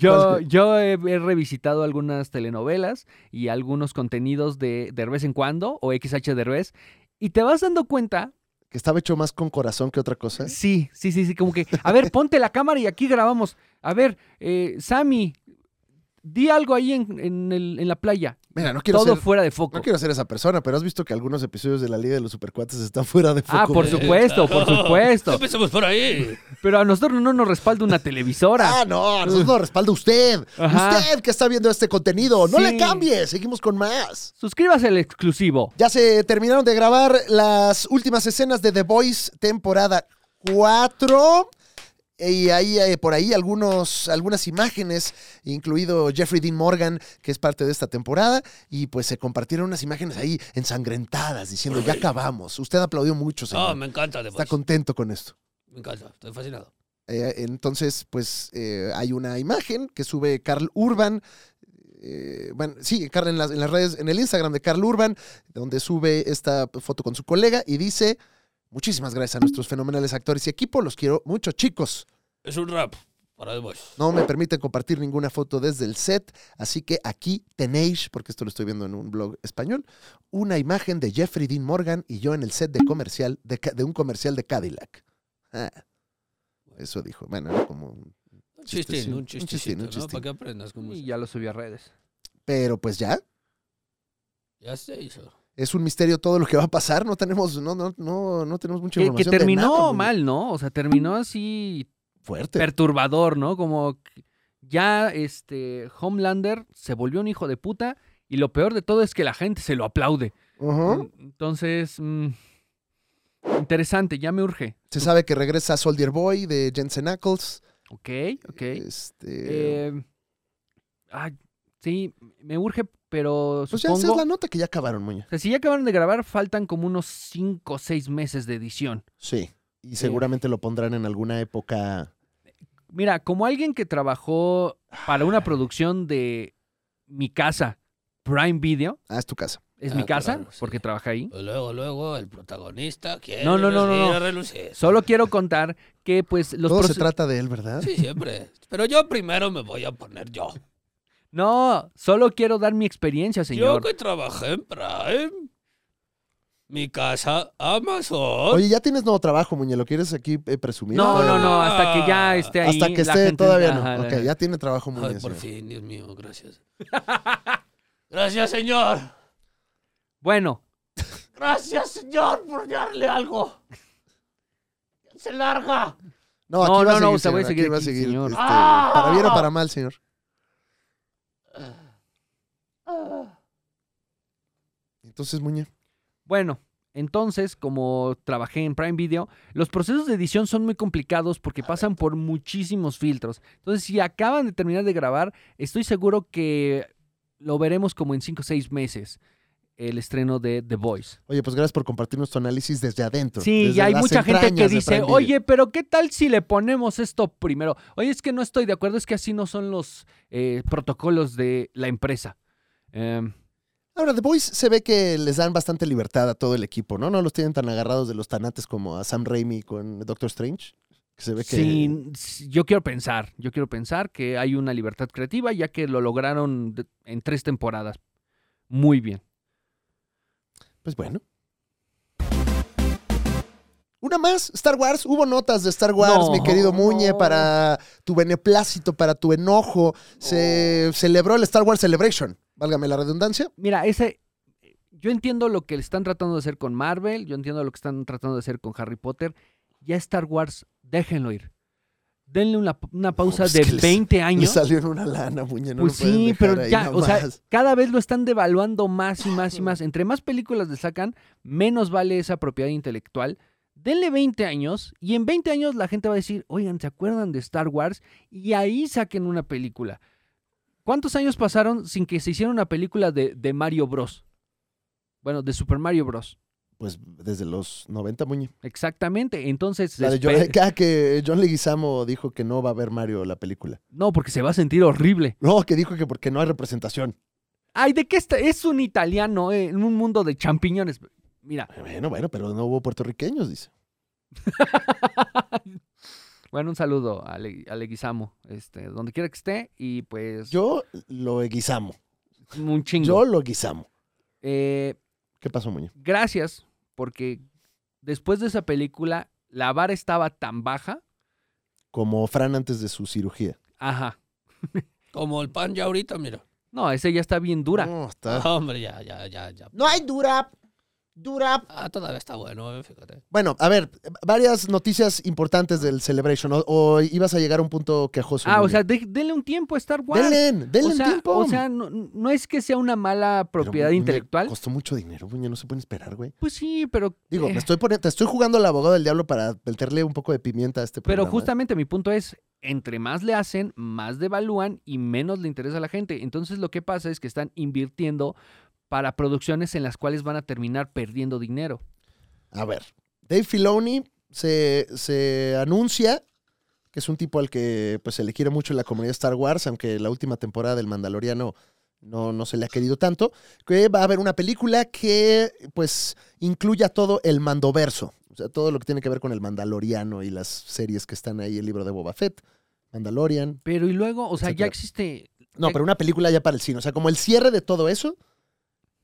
S2: Yo,
S3: ¿Cuál-
S2: yo he, he revisitado algunas telenovelas y algunos contenidos de de vez en cuando o XH Derbez y te vas dando cuenta,
S3: Que estaba hecho más con corazón que otra cosa.
S2: sí, sí, sí, sí, como que, a ver, ponte la cámara y aquí grabamos. A ver, eh, Sammy, di algo ahí en, en el- en la playa.
S3: Mira, no quiero
S2: Todo
S3: ser...
S2: fuera de foco.
S3: No quiero ser esa persona, pero has visto que algunos episodios de la Liga de los Supercuates están fuera de foco.
S2: Ah, por
S3: güey.
S2: supuesto, por supuesto.
S1: Empecemos por ahí.
S2: Pero a nosotros no nos respalda una televisora.
S3: Ah, no, nosotros nos respalda usted.
S2: Ajá.
S3: Usted que está viendo este contenido. No
S2: Sí.
S3: le cambie, seguimos con más.
S2: Suscríbase al exclusivo.
S3: Ya se terminaron de grabar las últimas escenas de The Voice temporada 4. Y ahí, eh, por ahí, algunos, algunas imágenes, incluido Jeffrey Dean Morgan, que es parte de esta temporada, y pues se compartieron unas imágenes ahí ensangrentadas, diciendo, ya acabamos. Usted aplaudió mucho,
S1: Ah,
S2: Oh,
S3: señor.
S1: me encanta, de
S3: Está contento con esto.
S1: Me encanta, estoy fascinado.
S3: Eh, entonces, pues eh, hay una imagen que sube Carl Urban. eh, bueno, sí, Carl en las, en las redes, en el Instagram de Carl Urban, donde sube esta foto con su colega y dice: Muchísimas gracias a nuestros fenomenales actores y equipo, los quiero mucho, chicos.
S1: Es un rap para The Voice.
S3: No me permiten compartir ninguna foto desde el set, así que aquí tenéis, porque esto lo estoy viendo en un blog español, una imagen de Jeffrey Dean Morgan y yo en el set de comercial de, ca- de un comercial de Cadillac. Ah, eso dijo. Bueno, era como un
S1: Un
S3: Chistecito,
S1: chistín, un
S3: un chistín,
S1: chistecito,
S3: un
S1: ¿no? Para
S3: chistín.
S1: que aprendas cómo
S2: Y
S1: se...
S2: ya lo subí a redes.
S3: Pero pues ya,
S1: Ya se hizo.
S3: es un misterio todo lo que va a pasar. No tenemos, no, no, no, no tenemos mucha
S2: Que, que
S3: información. de
S2: terminó
S3: nada, muy
S2: mal, ¿no? O sea, terminó así
S3: Fuerte.
S2: perturbador, ¿no? Como que ya este Homelander se volvió un hijo de puta y lo peor de todo es que la gente se lo aplaude.
S3: Ujú.
S2: En- Entonces, mm, interesante, ya me urge.
S3: Se sabe que regresa Soldier Boy de Jensen Ackles.
S2: Ok, ok.
S3: Eh, Este.
S2: Eh, ay, sí, me urge, pero
S3: pues ya
S2: supongo...
S3: esa es la nota que ya acabaron, Muña.
S2: O sea, si ya acabaron de grabar, faltan como unos 5 o 6 meses de edición.
S3: Sí. Y seguramente lo pondrán en alguna época.
S2: Mira, como alguien que trabajó para una producción de mi casa, Prime Video,
S3: Ah, es tu casa.
S2: es
S1: Ah,
S2: mi casa,
S1: claro, sí.
S2: porque trabajé ahí.
S1: Pues luego, luego, el protagonista quiere
S2: No, no, no, no,
S1: salir
S2: no.
S1: a relucir.
S2: Solo quiero contar que, pues, los
S3: todo se
S2: proce-
S3: trata de él, ¿verdad?
S1: Sí, siempre. Pero yo primero me voy a poner yo.
S2: No, solo quiero dar mi experiencia,
S1: Yo
S2: señor.
S1: que trabajé en Prime. Mi casa Amazon.
S3: Oye, ya tienes nuevo trabajo, Muña. ¿Lo quieres aquí eh, presumir?
S2: No,
S3: Todavía
S2: no, no, hasta que ya esté ahí.
S3: Ah. Hasta que
S2: la
S3: esté
S2: gente-
S3: todavía
S2: Ajá,
S3: no.
S2: la-
S3: Ok, ya tiene trabajo Muña.
S1: Ay, por
S3: señor.
S1: fin, Dios mío, gracias. gracias, señor.
S2: Bueno,
S1: Gracias, señor, por darle algo. Se larga.
S2: No,
S3: No, aquí va
S2: no, no,
S3: a seguir,
S2: o sea, voy a
S3: señor,
S2: seguir
S3: aquí va a
S2: aquí,
S3: seguir,
S2: señor.
S3: este,
S1: ¡Ah!
S3: Para bien o para mal, señor. Entonces, Muña.
S2: bueno. Entonces, como trabajé en Prime Video, los procesos de edición son muy complicados porque pasan por muchísimos filtros. Entonces, si acaban de terminar de grabar, estoy seguro que lo veremos como en 5 o 6 meses. el estreno de The Voice.
S3: Oye, pues gracias por compartirnos tu análisis desde adentro.
S2: Sí,
S3: desde
S2: y hay
S3: las
S2: mucha gente que
S3: entrañas de
S2: dice,
S3: Prime Video.
S2: oye, pero ¿qué tal si le ponemos esto primero? Oye, es que no estoy de acuerdo, es que así no son los eh, protocolos de la empresa. Em,
S3: Ahora, The Boys se ve que les dan bastante libertad a todo el equipo, ¿no? No los tienen tan agarrados de los tanates como a Sam Raimi con Doctor Strange. Que se ve que.
S2: sin- s- yo quiero pensar, yo quiero pensar que hay una libertad creativa, ya que lo lograron de- en tres temporadas. Muy bien.
S3: Pues bueno. Una más, Star Wars. Hubo notas de Star Wars,
S2: No.
S3: mi querido Muñe, para tu beneplácito, para tu enojo. Se celebró el Star Wars Celebration. Válgame la redundancia.
S2: Mira, ese. Yo entiendo lo que están tratando de hacer con Marvel, yo entiendo lo que están tratando de hacer con Harry Potter. Ya Star Wars, déjenlo ir. Denle una, una pausa
S3: pues
S2: de
S3: que les-
S2: 20 años.
S3: Le salió en una lana, Muñe. No
S2: pues
S3: lo pueden
S2: sí,
S3: dejar
S2: pero
S3: ahí
S2: ya, o sea,
S3: nomás.
S2: cada vez lo están devaluando más y más y más. Entre más películas le sacan, menos vale esa propiedad intelectual. Denle 20 años y en 20 años la gente va a decir, oigan, ¿se acuerdan de Star Wars? Y ahí saquen una película. ¿Cuántos años pasaron sin que se hiciera una película de, de Mario Bros? Bueno, de Super Mario Bros.
S3: Pues desde los 90, Muñe.
S2: Exactamente. Entonces,
S3: La de
S2: espe-
S3: John, cada que John Leguizamo dijo que no va a haber Mario la película.
S2: no, porque se va a sentir horrible.
S3: No, que dijo que porque no hay representación.
S2: Ay, ¿de qué está? Es un italiano eh, en un mundo de champiñones. Mira,
S3: Bueno, bueno, pero no hubo puertorriqueños, dice.
S2: Bueno, un saludo a, Le- a Leguizamo, este, donde quiera que esté, y pues
S3: Yo lo guisamo.
S2: un chingo.
S3: Yo lo guisamo.
S2: Eh,
S3: ¿Qué pasó, Muñe?
S2: gracias, porque después de esa película, la vara estaba tan baja.
S3: Como Fran antes de su cirugía.
S2: Ajá.
S1: Como el pan ya ahorita, mira.
S2: No, ese ya está bien dura.
S3: No, está-
S1: Hombre, ya, ya, ya, ya.
S3: No hay durap. Durap.
S1: Ah, todavía está bueno, eh, fíjate.
S3: Bueno, a ver, varias noticias importantes del Celebration. O, o ibas a llegar a un punto quejoso.
S2: ah, o
S3: Muñe.
S2: sea, de- denle un tiempo a Star Wars.
S3: Denle, denle
S2: o
S3: un
S2: sea,
S3: tiempo.
S2: o sea, no, no es que sea una mala
S3: Pero,
S2: propiedad
S3: Muñe,
S2: intelectual.
S3: Costó mucho dinero, Muñe. No se pueden esperar, güey.
S2: Pues sí, pero.
S3: Digo,
S2: eh,
S3: me estoy poniendo, te estoy jugando al abogado del diablo para meterle un poco de pimienta a este
S2: Pero
S3: programa.
S2: justamente mi punto es, entre más le hacen, más devalúan y menos le interesa a la gente. Entonces lo que pasa es que están invirtiendo para producciones en las cuales van a terminar perdiendo dinero.
S3: A ver, Dave Filoni se, se anuncia que es un tipo al que pues, se le quiere mucho en la comunidad Star Wars, aunque la última temporada del Mandaloriano no, no se le ha querido tanto, que va a haber una película que pues incluya todo el mandoverso, o sea, todo lo que tiene que ver con el Mandaloriano y las series que están ahí, el libro de Boba Fett, Mandalorian.
S2: Pero y luego, o sea, ya
S3: Etcétera.
S2: existe...
S3: No, pero una película ya para el cine, o sea, como el cierre de todo eso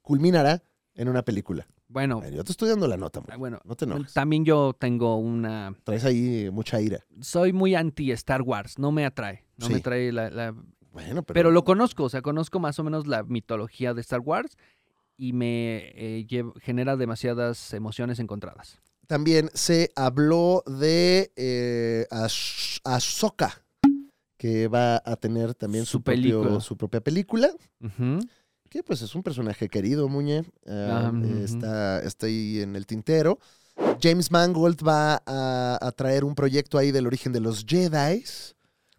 S3: culminará en una película. A
S2: Bueno,
S3: ver, yo te estoy dando la nota, muñe.
S2: bueno,
S3: no te enojes.
S2: también yo tengo una...
S3: Traes ahí mucha ira.
S2: Soy muy anti Star Wars, no me atrae, no me
S3: Sí.
S2: atrae la... la- Pero...
S3: Bueno, pero,
S2: lo conozco, o sea, conozco más o menos la mitología de Star Wars y me eh, lle- genera demasiadas emociones encontradas.
S3: también se habló de eh, Ash- Ahsoka, que va a tener también su,
S2: Su
S3: propio-
S2: película.
S3: su propia película,
S2: Ujú.
S3: que pues es un personaje querido, Muñe. Ah,
S2: Ah, ujú.
S3: está, está ahí en el tintero. James Mangold va a, a traer un proyecto ahí del origen de los Jedi.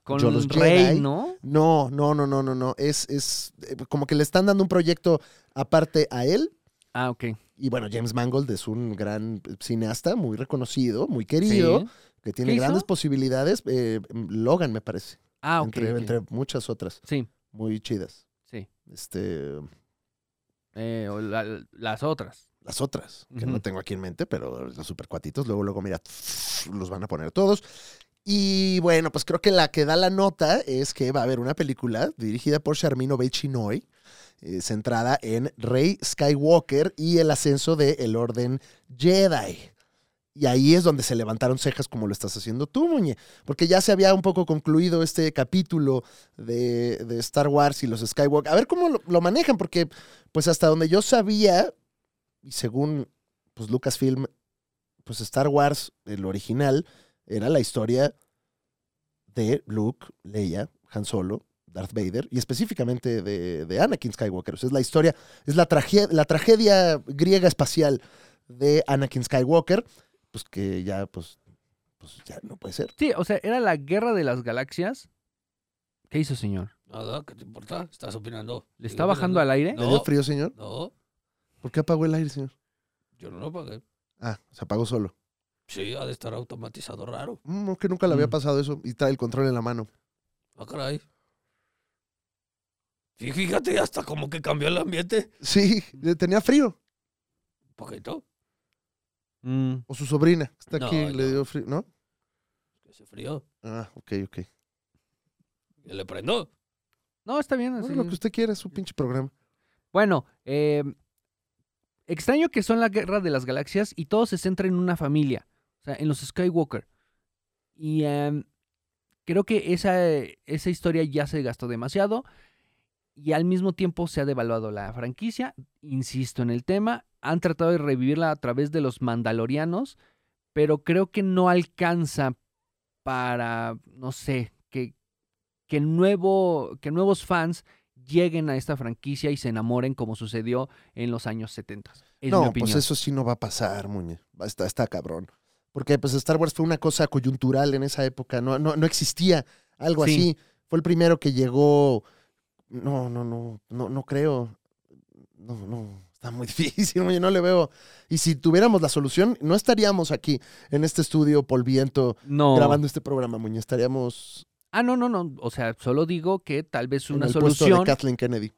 S2: Con
S3: Yo los
S2: Rey,
S3: Jedi.
S2: ¿no?
S3: No, no, no, no, no, no. Es, es eh, como que le están dando un proyecto aparte a él.
S2: Ah, ok.
S3: Y bueno, James Mangold es un gran cineasta, muy reconocido, muy
S2: Sí.
S3: querido. que tiene
S2: ¿Qué
S3: grandes
S2: hizo?
S3: posibilidades. eh, Logan, me parece.
S2: Ah, ok.
S3: entre,
S2: ok.
S3: entre muchas otras.
S2: Sí,
S3: Muy chidas.
S2: sí.
S3: Este,
S2: Eh, o la- las otras.
S3: las otras, que
S2: Ujú.
S3: no tengo aquí en mente, pero los supercuatitos, luego, luego, mira, los van a poner todos. Y bueno, pues creo que la que da la nota es que va a haber una película dirigida por Sharmino Bechinoy, eh, centrada en Rey Skywalker y el ascenso de el orden Jedi. Y ahí es donde se levantaron cejas como lo estás haciendo tú, Muñe. Porque ya se había un poco concluido este capítulo de, de Star Wars y los Skywalker. A ver cómo lo, lo manejan, porque pues hasta donde yo sabía, y según pues Lucasfilm, pues Star Wars, el original, era la historia de Luke, Leia, Han Solo, Darth Vader y específicamente de, de Anakin Skywalker. O sea, es la historia, es la, tragedia la tragedia griega espacial de Anakin Skywalker, pues que ya, pues, pues ya no puede ser.
S2: Sí, o sea, era la guerra de las galaxias. ¿Qué hizo, señor?
S1: Nada, ¿qué te importa? Estás opinando.
S2: ¿Le está bajando al aire?
S3: ¿Le
S1: No.
S3: dio frío, señor?
S1: No.
S3: ¿Por qué apagó el aire, señor?
S1: Yo no lo pagué.
S3: Ah, se apagó solo.
S1: Sí, ha de estar automatizado raro.
S3: Mm, es que nunca le había
S2: Mm.
S3: pasado eso y trae el control en la mano.
S1: Ah, caray. Fí- Fíjate, hasta como que cambió el ambiente.
S3: Sí, le tenía frío.
S1: Un poquito.
S2: Mm.
S3: O su sobrina, que está
S1: No,
S3: aquí, le
S1: no.
S3: dio frío, ¿no?
S1: Que se frío.
S3: Ah, ok, ok.
S1: Y le prendo.
S2: No, está bien.
S3: Bueno,
S2: así.
S3: lo que usted quiera, es su pinche programa.
S2: Bueno, eh, extraño que son la guerra de las galaxias y todo se centra en una familia, o sea, en los Skywalker. Y em, creo que esa, eh, esa historia ya se gastó demasiado y al mismo tiempo se ha devaluado la franquicia. Insisto en el tema, han tratado de revivirla a través de los Mandalorianos, pero creo que no alcanza para, no sé, que, que, nuevo, que nuevos fans lleguen a esta franquicia y se enamoren como sucedió en los años 70. Es mi
S3: no,
S2: opinión.
S3: pues eso sí no va a pasar, Muñe. Va- Está, está cabrón. Porque pues Star Wars fue una cosa coyuntural en esa época. No, no, no existía algo
S2: Sí.
S3: así. Fue el primero que llegó. No, no, no, no, no creo. No, no. Está muy difícil, Muñe, no le veo. Y si tuviéramos la solución, no estaríamos aquí en este estudio polviento
S2: no.
S3: grabando este programa, Muñe. Estaríamos
S2: Ah, no, no, no. O sea, solo digo que tal vez
S3: en
S2: una
S3: el puesto
S2: solución,
S3: de Kathleen Kennedy.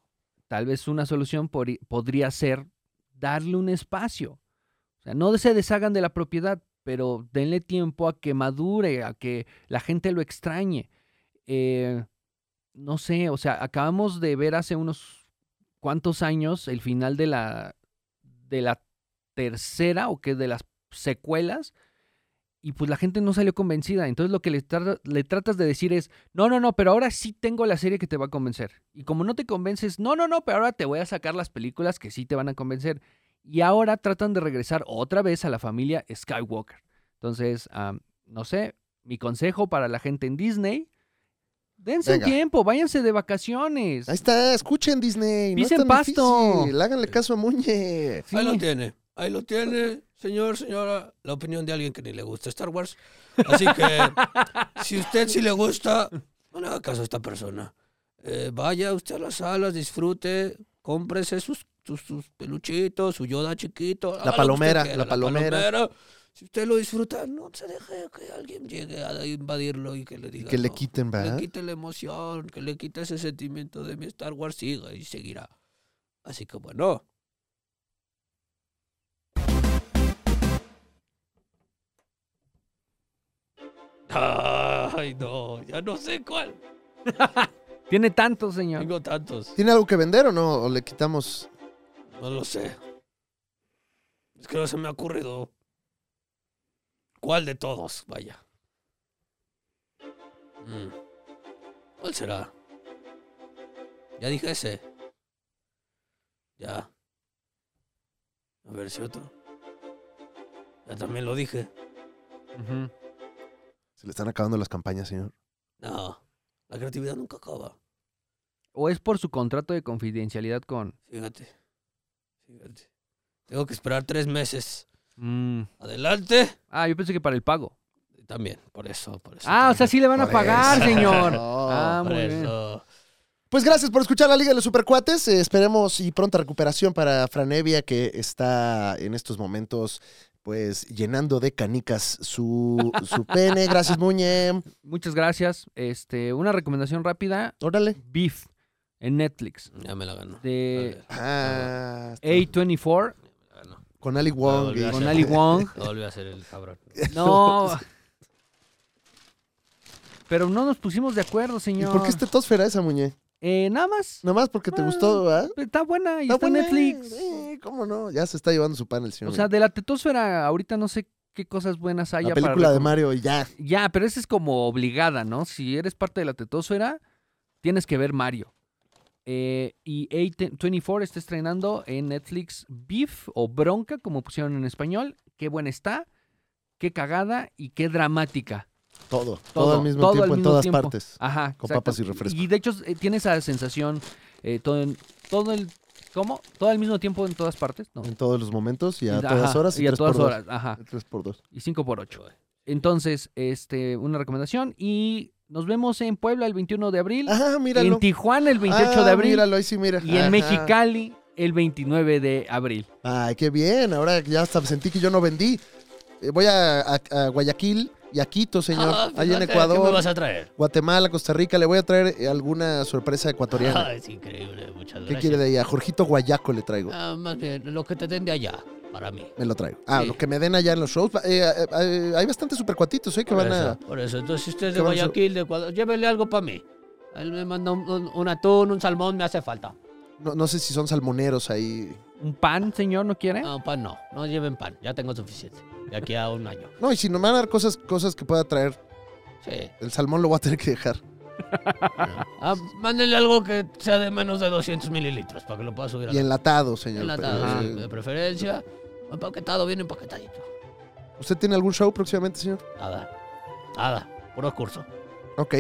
S2: tal vez una solución podri- podría ser darle un espacio. O sea, no se deshagan de la propiedad, pero denle tiempo a que madure, a que la gente lo extrañe. Eh, no sé, o sea, acabamos de ver hace unos cuantos años el final de la, de la tercera o que de las secuelas y pues la gente no salió convencida. Entonces lo que le, tra- le tratas de decir es, no, no, no, pero ahora sí tengo la serie que te va a convencer. Y como no te convences, no, no, no, pero ahora te voy a sacar las películas que sí te van a convencer. Y ahora tratan de regresar otra vez a la familia Skywalker. Entonces, am, no sé, mi consejo para la gente en Disney, dense un
S3: Venga.
S2: tiempo, váyanse de vacaciones.
S3: Pues Ahí está, escuchen Disney. No es
S2: Pisen
S3: tan
S2: pasto.
S3: difícil, Háganle caso a Muñe.
S2: Sí.
S1: Ahí lo tiene. Ahí lo tiene, señor, señora. La opinión de alguien que ni le gusta Star Wars. Así que, si usted sí le gusta, no le haga caso a esta persona. Eh, vaya usted a las salas, disfrute, cómprese sus, sus, sus peluchitos, su Yoda chiquito. haga lo que usted
S3: palomera, la palomera.
S1: Si usted lo disfruta, no se deje que alguien llegue a invadirlo y que le diga.
S3: Que le
S1: "No".
S3: quiten,
S1: Que
S3: ¿verdad?
S1: le quite la emoción, que le quite ese sentimiento de mi Star Wars siga y seguirá. Así que bueno. Ay, no, ya no sé cuál.
S2: Tiene tanto, señor.
S1: Tengo tantos.
S3: ¿Tiene algo que vender o no? ¿O le quitamos
S1: No lo sé. Es que no se me ha ocurrido. ¿Cuál de todos? Vaya. Mm. ¿Cuál será? Ya dije ese. Ya. A ver si otro. Ya también lo dije.
S2: Ujú.
S3: Se le están acabando las campañas, señor.
S1: No. La creatividad nunca acaba.
S2: O es por su contrato de confidencialidad con...
S1: Fíjate. Fíjate. Tengo que esperar tres meses.
S2: Mm.
S1: Adelante.
S2: Ah, yo pensé que para el pago.
S1: También, por eso, por eso.
S2: Ah, o sea,
S1: también.
S2: sí le van a
S3: Por
S2: pagar,
S1: eso.
S2: señor.
S3: No.
S2: Ah,
S1: Por
S2: muy bien.
S1: eso.
S3: Pues gracias por escuchar la Liga de los Supercuates. Eh, esperemos y pronta recuperación para Franevia, que está en estos momentos, pues, llenando de canicas su, su pene. Gracias, Muñe.
S2: Muchas gracias. Este, una recomendación rápida,
S3: Órale.
S2: Beef en Netflix
S1: Ya me la ganó.
S2: de
S3: Ah, está
S2: A24
S3: con Ali Wong. y-
S2: con Ali Wong.
S1: No volvió a ser el cabrón.
S2: No. Pero no nos pusimos de acuerdo,
S3: ¿Y
S2: señor.
S3: por qué estetosfera esa, Muñe?
S2: Eh, nada más.
S3: Nomás porque te
S2: Ah,
S3: gustó, ¿verdad?
S2: Está buena y está, en
S3: buena,
S2: Netflix.
S3: eh, ¿Cómo no? Ya se está llevando su pan el señor.
S2: O sea,
S3: Muñe.
S2: de la tetosfera ahorita no sé qué cosas buenas haya
S3: la
S2: para
S3: película de
S2: recom-
S3: Mario y ya.
S2: Ya, pero esa es como obligada, ¿no? Si eres parte de la tetosfera, tienes que ver Mario. Eh, y A24 está estrenando en Netflix Beef o Bronca, como pusieron en español. Qué buena está, qué cagada y qué dramática.
S3: Todo. Todo,
S2: Todo,
S3: al mismo
S2: todo al
S3: tiempo, en
S2: mismo
S3: todas
S2: tiempo. Ah,
S3: partes.
S2: Ajá.
S3: Con
S2: exacto.
S3: papas y refresco.
S2: Y de hecho eh, tiene esa sensación eh, todo, en- todo el... ¿Cómo? Todo al mismo tiempo en todas partes, ¿no?
S3: En todos los momentos y a
S2: Ajá,
S3: todas horas. Y,
S2: y a
S3: tres
S2: todas
S3: por dos.
S2: horas, ajá.
S3: El 3x2.
S2: y 5 por 8 Entonces, este, una recomendación y nos vemos en Puebla el 21 de abril,
S3: Ah, míralo.
S2: en Tijuana el 28
S3: Ah,
S2: de abril
S3: Míralo, ahí sí mira.
S2: y en
S3: Ajá.
S2: Mexicali el 29 de abril.
S3: Ay, qué bien. Ahora ya hasta sentí que yo no vendí. Eh, voy a, a- a Guayaquil y a Quito, señor.
S1: Ah,
S3: Ahí en
S1: fíjate, ¿Qué me
S3: Ecuador,
S1: vas a traer?
S3: Guatemala, Costa Rica. Le voy a traer eh, alguna sorpresa ecuatoriana.
S1: Ah, es increíble, muchas
S3: ¿Qué
S1: gracias.
S3: quiere de ahí? A Jorgito Guayaco le traigo.
S1: Ah, más bien, lo que te den de allá, para mí.
S3: Me lo traigo. Ah,
S1: Sí.
S3: lo que me den allá en los shows. Eh, eh, eh, hay bastantes supercuatitos, ¿eh? Que
S1: por,
S3: van
S1: eso,
S3: a.
S1: por eso, entonces si usted es
S3: que
S1: de
S3: van a su-
S1: Guayaquil, de Ecuador, llévele algo para mí. Él me manda un, un- un atún, un salmón, me hace falta.
S3: No, no sé si son salmoneros ahí.
S2: ¿Un pan, señor, no
S3: ¿Eh?
S2: quiere?
S1: No, pan no, no lleven pan, ya tengo suficiente. De aquí a un año.
S3: No, y si no me van a dar cosas, cosas que pueda traer,
S1: Sí.
S3: el salmón lo voy a tener que dejar.
S1: Ah, mándenle algo que sea de menos de 200 mililitros para que lo pueda subir a
S3: Y
S1: la-
S3: enlatado, señor. eh,
S1: enlatado,
S3: Ajá.
S1: sí, de preferencia. Empaquetado, bien empaquetadito.
S3: ¿Usted tiene algún show próximamente, señor?
S1: Nada, nada, puro curso.
S3: Ok.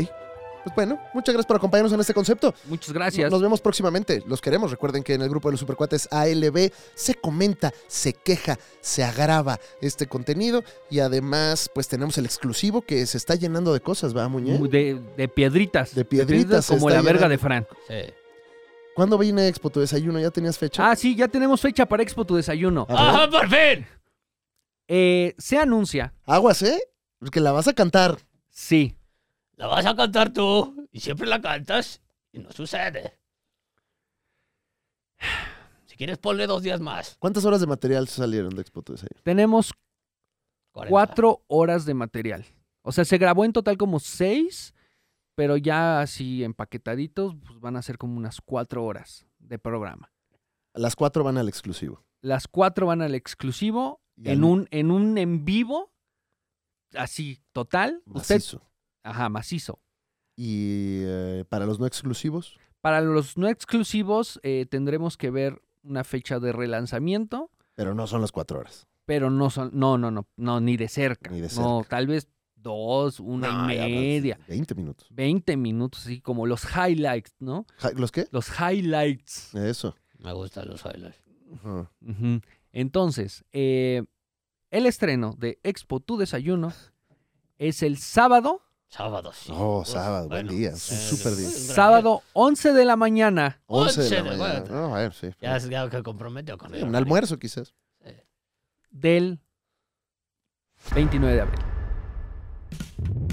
S3: Pues bueno, muchas gracias por acompañarnos en este concepto.
S2: Muchas gracias.
S3: Nos vemos próximamente. Los queremos. Recuerden que en el grupo de los supercuates ALB se comenta, se queja, se agrava este contenido. Y además, pues tenemos el exclusivo que se está llenando de cosas, ¿va, Muñe?
S2: De, de piedritas.
S3: De piedritas, se
S2: como
S3: está
S2: la verga
S3: llenando.
S2: de Fran.
S1: Sí.
S3: ¿Cuándo viene Expo tu desayuno? ¿Ya tenías fecha?
S2: Ah, sí, ya tenemos fecha para Expo Tu Desayuno.
S3: A ver.
S1: ¡Ajá, ¡Ah, por fin!
S2: Eh, se anuncia,
S3: Aguas, ¿eh? Porque la vas a cantar.
S2: sí.
S1: La vas a cantar tú y siempre la cantas y no sucede. Si quieres, ponle dos días más.
S3: ¿Cuántas horas de material salieron de Expo tu desayuno?
S2: Tenemos
S1: 40.
S2: cuatro horas de material. O sea, se grabó en total como seis, pero ya así empaquetaditos, pues van a ser como unas cuatro horas de programa.
S3: Las cuatro van al exclusivo.
S2: Las cuatro van al exclusivo,
S3: Y
S2: en
S3: al
S2: un, en un en vivo, así, total. Usted-
S3: macizo.
S2: ajá, macizo.
S3: Y eh, para los no exclusivos,
S2: Para los no exclusivos eh, tendremos que ver una fecha de relanzamiento.
S3: pero no son las cuatro horas.
S2: pero no son, no, no, no, no, ni de cerca.
S3: Ni de
S2: No,
S3: cerca.
S2: tal vez dos, una
S3: No,
S2: y
S3: ya hablas de
S2: media,
S3: 20 minutos.
S2: 20 minutos, así como los highlights, ¿no?
S3: Ja- ¿Los qué?
S2: Los highlights.
S3: Eso.
S1: Me gustan los bailes.
S3: Ajá.
S2: Ujú. Entonces, eh, el estreno de Expo Tu Desayuno es el sábado,
S1: Sábados. sí.
S3: Oh,
S1: Uf,
S3: sábado, buen
S1: bueno,
S3: día,
S1: eh,
S3: su- súper día.
S1: sí, gran
S2: sábado 11 de la mañana.
S3: 11 de
S1: Once
S3: la
S1: de
S3: mañana.
S1: la
S3: No, a ver, sí. pues.
S1: día. Ya se ya que comprometió con
S3: Sí,
S1: el
S3: un almuerzo quizás.
S2: del 29 de abril.